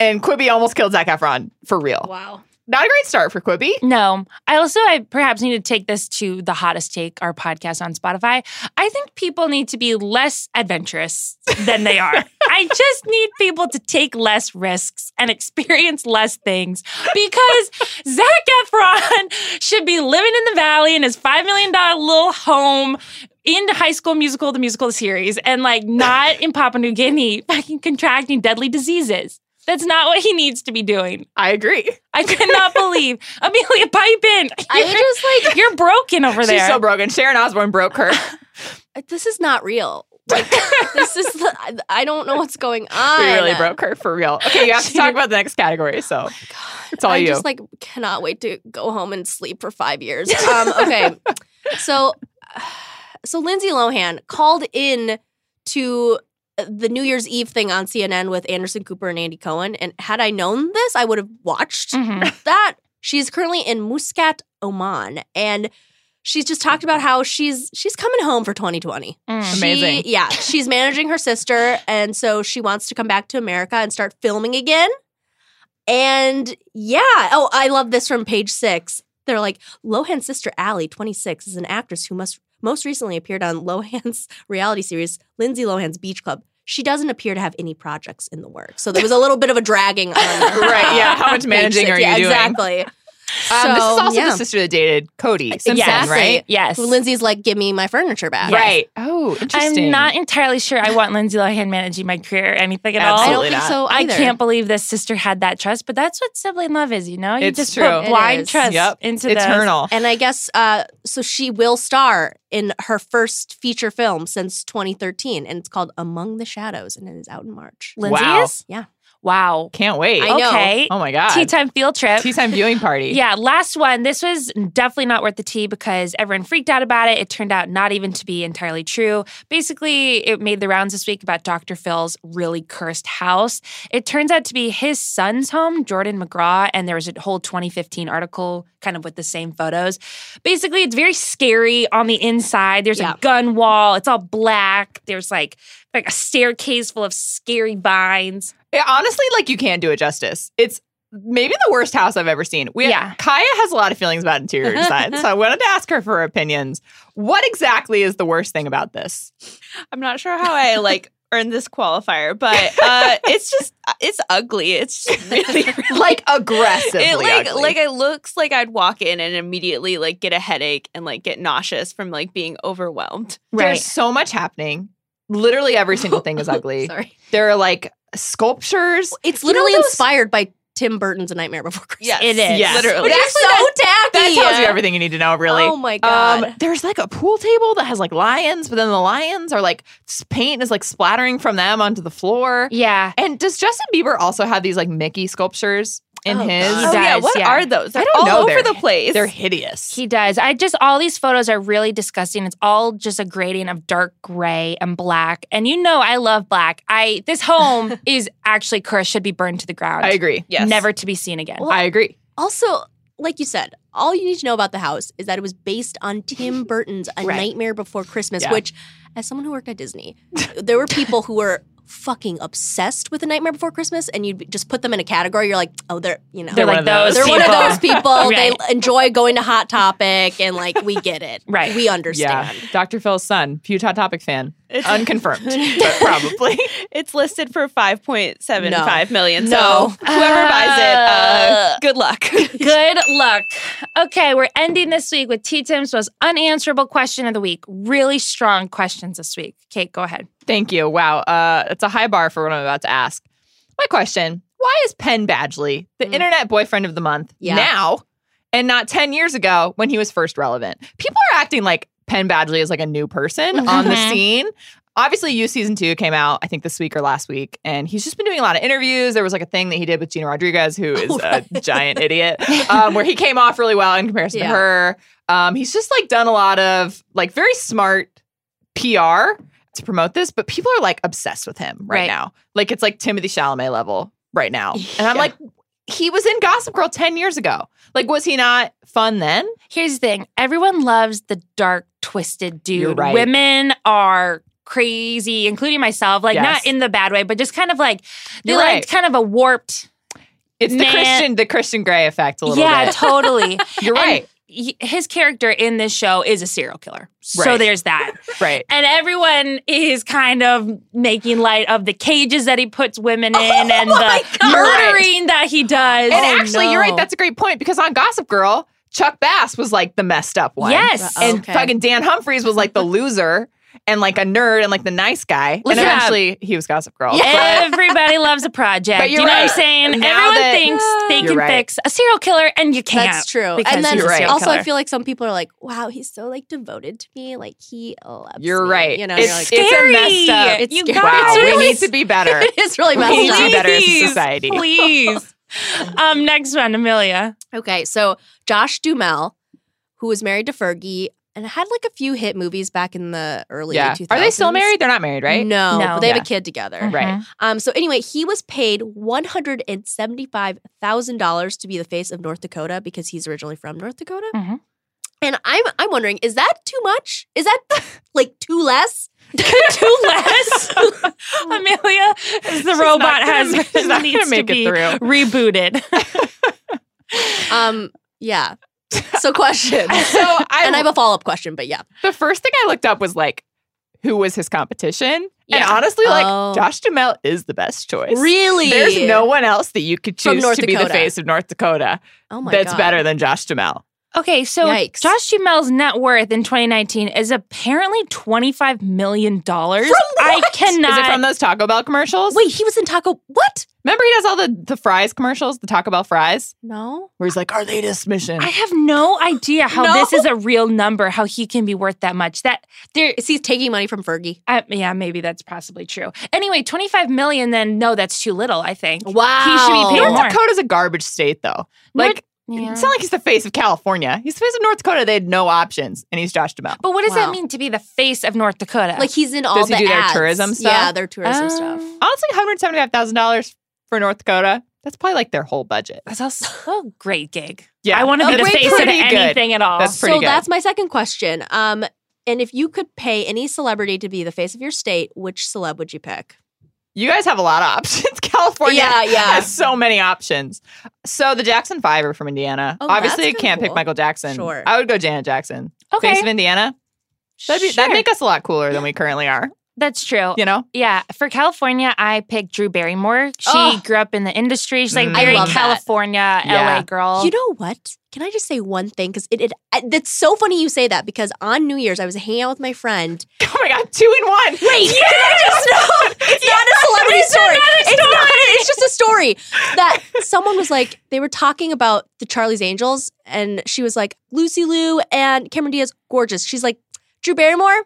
And Quibi almost killed Zach Efron for real. Wow. Not a great start for Quibi. No, I also I perhaps need to take this to the hottest take our podcast on Spotify. I think people need to be less adventurous than they are. I just need people to take less risks and experience less things because Zach Efron should be living in the valley in his five million dollar little home. In High School Musical, the musical series, and like not in Papua New Guinea, fucking contracting deadly diseases. That's not what he needs to be doing. I agree. I cannot believe Amelia pipe in. I You're, just like you're broken over there. She's so broken. Sharon Osbourne broke her. this is not real. Like, this is I- I don't know what's going on. we really broke her for real. Okay, you have to She- Oh talk about the next category. So it's all I you. just like cannot wait to go home and sleep for five years. Um, okay, so so Lindsay Lohan called in to the New Year's Eve thing on CNN with Anderson Cooper and Andy Cohen, and had I known this, I would have watched Mhm. that. She's currently in Muscat, Oman, and she's just talked about how she's she's coming home for 2020. Mm. She- Amazing. yeah, she's managing her sister, and so she wants to come back to America and start filming again. And yeah, oh, I love this from page six. They're like, Lohan's sister Allie, 26, is an actress who must most recently appeared on Lohan's reality series, Lindsay Lohan's Beach Club. She doesn't appear to have any projects in the works. So there was a little bit of a dragging on Right, yeah. How much page managing six. are yeah, you doing? Exactly. Um, this is So, also yeah. the sister that dated Cody Simpson, Yes. right? Yes. Who Lindsay's like, give me my furniture back. Yes. Right. Oh, interesting. I'm not entirely sure I want Lindsay Lohan managing my career or anything at I don't Absolutely all. think not. so I either. can't believe this sister had that trust, but that's what sibling love is, you know? You It's just true. put It blind is. trust Yep. into this. Eternal. And I guess uh, so. She will star in her first feature film since 2013, and it's called Among the Shadows, and it is out in March. Lindsay Wow. is? Yeah. Wow. Can't wait. I know. Okay. Oh my god. Tea time field trip. Tea time viewing party. Yeah, last one. This was definitely not worth the tea because everyone freaked out about it. It turned out not even to be entirely true. Basically, it made the rounds this week about Dr. Phil's really cursed house. It turns out to be his son's home, Jordan McGraw, and there was a whole 2015 article kind of with the same photos. Basically, it's very scary on the inside. There's Yeah. a gun wall, it's all black. There's like like a staircase full of scary vines. It- honestly, like you can't do it justice. It's maybe the worst house I've ever seen. We Yeah. Kaya has a lot of feelings about interior design, so I wanted to ask her for her opinions. What exactly is the worst thing about this? I'm not sure how I like earned this qualifier, but uh, it's just it's ugly. It's just really, really Like aggressively, it like ugly. like it looks like I'd walk in and immediately like get a headache and like get nauseous from like being overwhelmed. there's so much happening. Literally every single thing is ugly. Sorry. There are like sculptures. It's You know literally those- inspired by Tim Burton's A Nightmare Before Christmas. Yes. It is. Yes. Literally. Which is so tacky. That tells you everything you need to know, really. Oh my god. Um, there's like a pool table that has like lions, but then the lions are like s- paint is like splattering from them onto the floor. Yeah. And does Justin Bieber also have these like Mickey sculptures in Oh, his? God. oh, yeah. does, What yeah. are those? They're don't all know. over They're- the place. They're hideous. He does. I just all these photos are really disgusting. It's all just a grading of dark gray and black. And you know I love black. I this home is actually cursed, should be burned to the ground. I agree. yes. Never to be seen again. I agree. Also, like you said, all you need to know about the house is that it was based on Tim Burton's A Right. Nightmare Before Christmas, Yeah. which, as someone who worked at Disney, there were people who were fucking obsessed with A Nightmare Before Christmas, and you'd just put them in a category. You're like, oh, they're you know, They're one like of those those. they're one of those people. Right. They enjoy going to Hot Topic, and like we get it, Right. We understand. Yeah. Dr. Phil's son, huge hot topic fan. It's- Unconfirmed, but probably. It's listed for five point seven five million. No. So whoever buys it, uh, good luck. Good luck. Okay, we're ending this week with T Tim's most unanswerable question of the week. Really strong questions this week. Kate, go ahead. Thank you. Wow. Uh, it's a high bar for what I'm about to ask. My question Why is Penn Badgley the Mm. internet boyfriend of the month Yeah. now and not 10 years ago when he was first relevant? People are acting like Penn Badgley is like a new person Mm-hmm. on the Mhm. scene. Obviously, You Season 2 came out, I think, this week or last week, and he's just been doing a lot of interviews. There was like a thing that he did with Gina Rodriguez, who Oh, is a giant idiot, um, where he came off really well in comparison Yeah. to her. Um, he's just like done a lot of like very smart PR to promote this, but people are like obsessed with him right, Right. now. Like it's like Timothy Chalamet level right now. And I'm like, he was in Gossip Girl 10 years ago. Like, was he not fun then? Here's the thing everyone loves the dark, twisted dude. You're right. Women are crazy, including myself, like Yes. not in the bad way, but just kind of like, they You're like right. kind of a warped. It's the Man. Christian, the Christian Gray effect a little yeah, bit. totally. You're right. He- His character in this show is a serial killer. So Right. there's that. right. And everyone is kind of making light of the cages that he puts women in and the Oh God. murdering that he does. And actually, you're right. no. That's a great point because on Gossip Girl, Chuck Bass was like the messed up one. Yes. And Okay. fucking Dan Humphries was like the loser and like a nerd and like the nice guy. Listen up. and eventually, he was Gossip Girl. Everybody loves a project. But you you're know what I'm right. saying? Now Everyone that- thinks they You're can right. fix a serial killer, and you can't. That's true. because And then he's a serial also, I killer. feel like some people are like, wow, he's so like devoted to me. Like he loves You're me. right. You know, it's, you're like, it's Scary. a messed up. It's You scary. guys, wow, it's we really need to be better. it is really We messed need up. to be better as a Please. society. Please. um, next one, Amelia. Okay, so Josh Dumel, who was married to Fergie and had like a few hit movies back in the early Yeah. 2000s. Are they still married? They're not married, right? No, No. but they have Yeah. Oh a kid together. Right. Mhm. Um, so anyway, he was paid one hundred and seventy-five thousand dollars to be the face of North Dakota because he's originally from North Dakota. Mm-hmm. Mhm. And I'm I'm wondering, is that too much? Is that like too less? Two less. Amelia is the robot gonna- husband she's not needs gonna to make it be through. rebooted. Um, yeah. So So question. I, and I have a follow-up question, but yeah. the first thing I looked up was like, who was his competition? And Yeah. honestly, like Oh. Josh Jamel is the best choice. Really? There's no one else that you could From choose North to be the Dakota. face of North Dakota oh my that's God. better than Josh Jamel. Okay, so Yikes. Josh Dumel's net worth in 2019 is apparently 25 million dollars. I cannot. Is it from those Taco Bell commercials? Wait, he was in Taco. What? Remember he does all the, the fries commercials, the Taco Bell fries, No. where he's like, our latest mission. I have no idea how No. this is a real number. How he can be worth that much? That there. Is he taking money from Fergie? Uh, yeah, maybe that's possibly true. Anyway, 25 million, then no, that's too little, I think. Wow. He should be paid North more. Dakota's a garbage state, though. Like, Yeah. It's not like he's the face of California. He's the face of North Dakota. They had no options, and he's Josh DeMel. But what does that Wow. mean to be the face of North Dakota? Like he's in all Does he the do their ads. tourism stuff? Oh. Yeah, their tourism Um, stuff. Honestly, one hundred seventy-five thousand dollars for North Dakota. That's probably like their whole budget. That's also a great gig. Yeah, I want to be Oh, the great. face of Pretty good. anything at all. That's pretty so good. that's my second question. Um, and if you could pay any celebrity to be the face of your state, which celeb would you pick? you guys have a lot of options. California yeah, yeah. has so many options. So the Jackson Five are from Indiana. Oh, Obviously, I that's kinda can't pick cool. Michael Jackson. Sure. I would go Janet Jackson. okay. Face of Indiana. That'd, be, Sure. that'd make us a lot cooler than we currently are. That's true. You know, Yeah, for California, I picked Drew Barrymore. She Oh. grew up in the industry. She's like Mm. I very love that. California, Yeah. LA girl. You know what? Can I just say one thing? Because it, it, I- that's so funny you say that because on New Year's, I was hanging out with my friend. oh my god, two in one. Wait, did I just know? It's not a celebrity story. It's not. It's just a story that someone was like, they were talking about the Charlie's Angels, and she was like, Lucy Liu and Cameron Diaz, gorgeous. She's like, Drew Barrymore,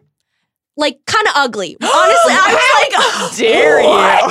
like, kind of ugly. Honestly, I was like, dare you.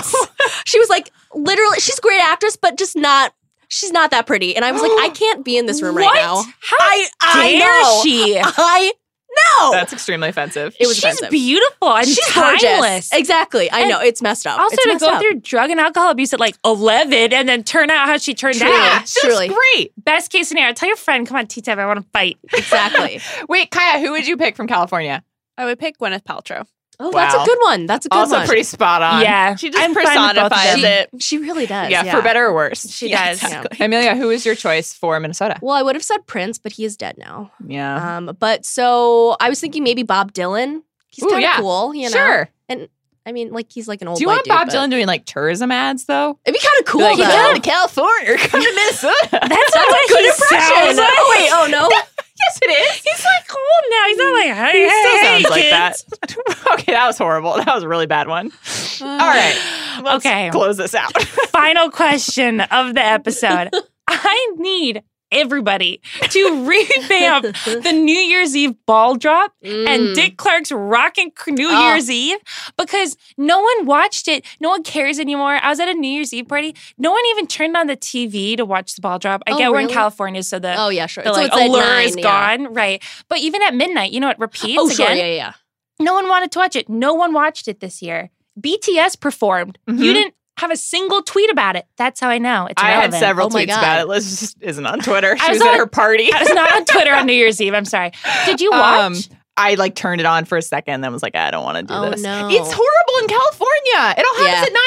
She was like, literally, she's a great actress, but just not. She's not that pretty, and I was like, I can't be in this room What? right now. How I I dare know. she? I know. That's extremely offensive. it was She's offensive. beautiful and She's timeless. gorgeous. Exactly. I And know it's messed up. Also, It's to messed go up. through drug and alcohol abuse at like 11 and then turn out how she turned Truly. out. that's truly. great. Best case scenario, tell your friend, come on, T Tab, I want to fight. exactly. Wait, Kaya, who would you pick from California? I would pick Gwyneth Paltrow. Oh, that's Wow. a good one. That's a good also one. pretty spot on. yeah. She just I'm fine with both of them. personifies she, it. she really does. yeah, Yeah, for better or worse. She Yeah, does. exactly. Amelia, who is your choice for Minnesota? Well, I would have said Prince, but he is dead now. Yeah. Um, but so I was thinking maybe Bob Dylan. He's Ooh, kind of yeah. cool, you know. sure. I mean, like he's like an old. Do you white want dude, Bob but- Dylan doing like tourism ads though? It'd be kind of cool. Like, though. come to California, or come to Minnesota. That's not what Good he impression. sounds like. Oh wait, oh no. yes, it is. He's like cool now. He's not like, hey, It still hey, sounds hey, like kids. that. okay, that was horrible. That was a really bad one. All right. let's Okay. Close this out. final question of the episode. I need everybody to revamp the New Year's Eve ball drop and Mm. Dick Clark's Rockin' New Oh. Year's Eve because no one watched it. No one cares anymore. I was at a New Year's Eve party. No one even turned on the TV to watch the ball drop. I Oh, get we're in really? California, so the, Oh yeah, sure. the so like, it's at allure nine, is yeah. gone. Right. But even at midnight, you know, it repeats Oh again. sure, yeah, yeah, yeah. No one wanted to watch it. No one watched it this year. BTS performed. You Mm-hmm. Mhm. didn't have a single tweet about it. That's how I know. It's I had relevant. several Oh my tweets about God. it. Liz just isn't on Twitter. She I was, was at on- her party. I was not on Twitter on New Year's Eve. I'm sorry. Did you watch? Um, I like turned it on for a second, and then was like, I don't want to do Oh, this. no. It's horrible in California. It all Yeah. happens at 9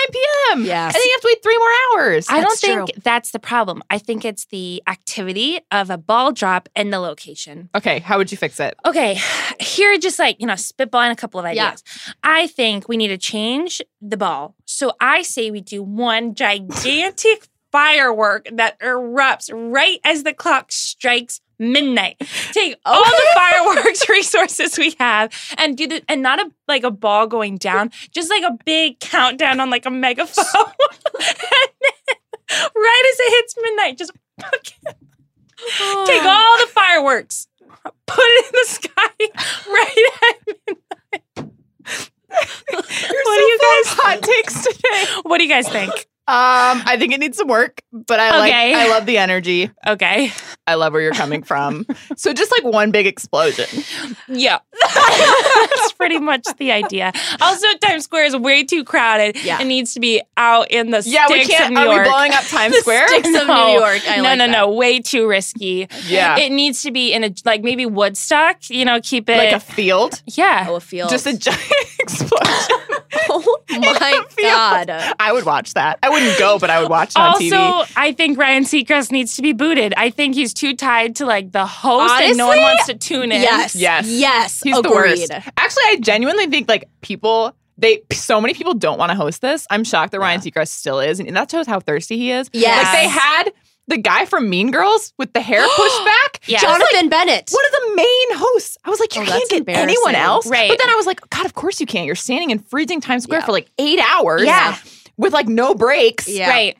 p.m. Yeah. And then you have to wait three more hours. I don't that's think true. that's the problem. I think it's the activity of a ball drop and the location. okay, how would you fix it? Okay, here just like, you know, spitballing a couple of Yeah. ideas. I think we need to change the ball. So I say we do one gigantic firework that erupts right as the clock strikes midnight. Take all the fireworks resources we have and do the and not a like a ball going down, just like a big countdown on like a megaphone. and then, right as it hits midnight, just fucking Take all the fireworks, put it in the sky right at You're What so do you full of guys hot takes today? What do you guys think? Um, I think it needs some work, but I like Okay. I love the energy. Okay. I love where you're coming from. so just like one big explosion. Yeah. That's pretty much the idea. Also, Times Square is way too crowded. Yeah. It needs to be out in the Yeah, we sticks can't. of New Are York. we blowing up Times Square? Sticks of New No. York. I no, like no, that. no. Way too risky. Yeah, It needs to be in a like maybe Woodstock, you know, keep it like a field, Yeah. Oh, a field. just a giant explosion. oh my field. god. I would watch that. I wouldn't go, but I would watch it on Also, TV. I think Ryan Seacrest needs to be booted. I think he's too tied to like the host and no one Honestly? wants to tune in. Yes. Yes. Yes. He's agreed. the worst. Actually, I genuinely think like people. They so many people don't want to host this. I'm shocked that Ryan Seacrest still is, and that shows how thirsty he is. Yes. Like they had the guy from Mean Girls with the hair pushed back. Yes. Jonathan Bennett. One of the main hosts. I was like, you Oh, can't that's get anyone embarrassing. else. Right. But then I was like, God, of course you can't. You're standing in freezing Times Square Yeah. for like eight hours. Yeah. With like no breaks. Yeah. Right.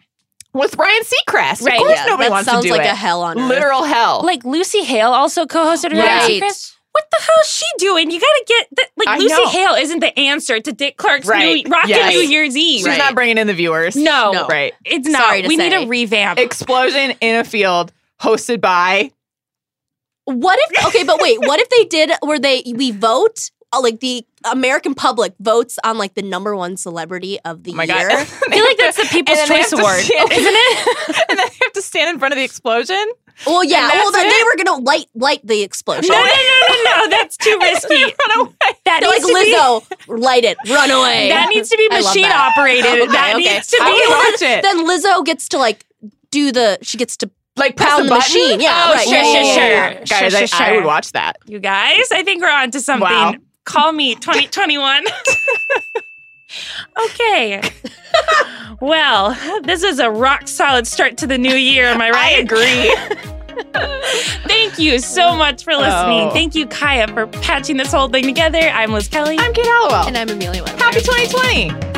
With Ryan Seacrest. Right. Of course Yeah, nobody that wants sounds to do like it. a hell on earth. Literal hell. Like Lucy Hale also co-hosted Ryan Right. Seacrest. what the hell's she doing? You gotta get the, like I Lucy know. Hale isn't the answer to Dick Clark's Right. new Rocket Yes. New Year's Eve. She's Right. not bringing in the viewers. No. No. Right. It's not. Sorry to we need say. a revamp. Explosion in a field hosted by. What if okay, but wait, what if they did where they we vote uh, like the American public votes on like the number one celebrity of the Oh my year? God. I feel like that's the People's And then they Choice have to Award, isn't stand- it? and then they have to stand in front of the explosion. Well, yeah. And Well, that's then they were gonna light light the explosion. no, no, no, no, no. That's too risky. Run away. That They're like needs to be- Lizzo, light it, run away. That needs to be I love machine that. operated. Okay, that okay. needs to I be. would watch it. then Lizzo gets to like do the. She gets to. like press pound a the button. machine. Yeah, Oh, right. sure, Yeah, sure, yeah, sure. yeah, Guys, sure, I, sure, I sure. would watch that. You guys, I think we're onto something. Wow. Call me 2021. okay. well, this is a rock solid start to the new year, am I right? I agree. Thank you so much for listening. Oh. Thank you, Kaya, for patching this whole thing together. I'm Liz Kelly. I'm Kate Hallowell. And I'm Amelia Weber. Happy 2020.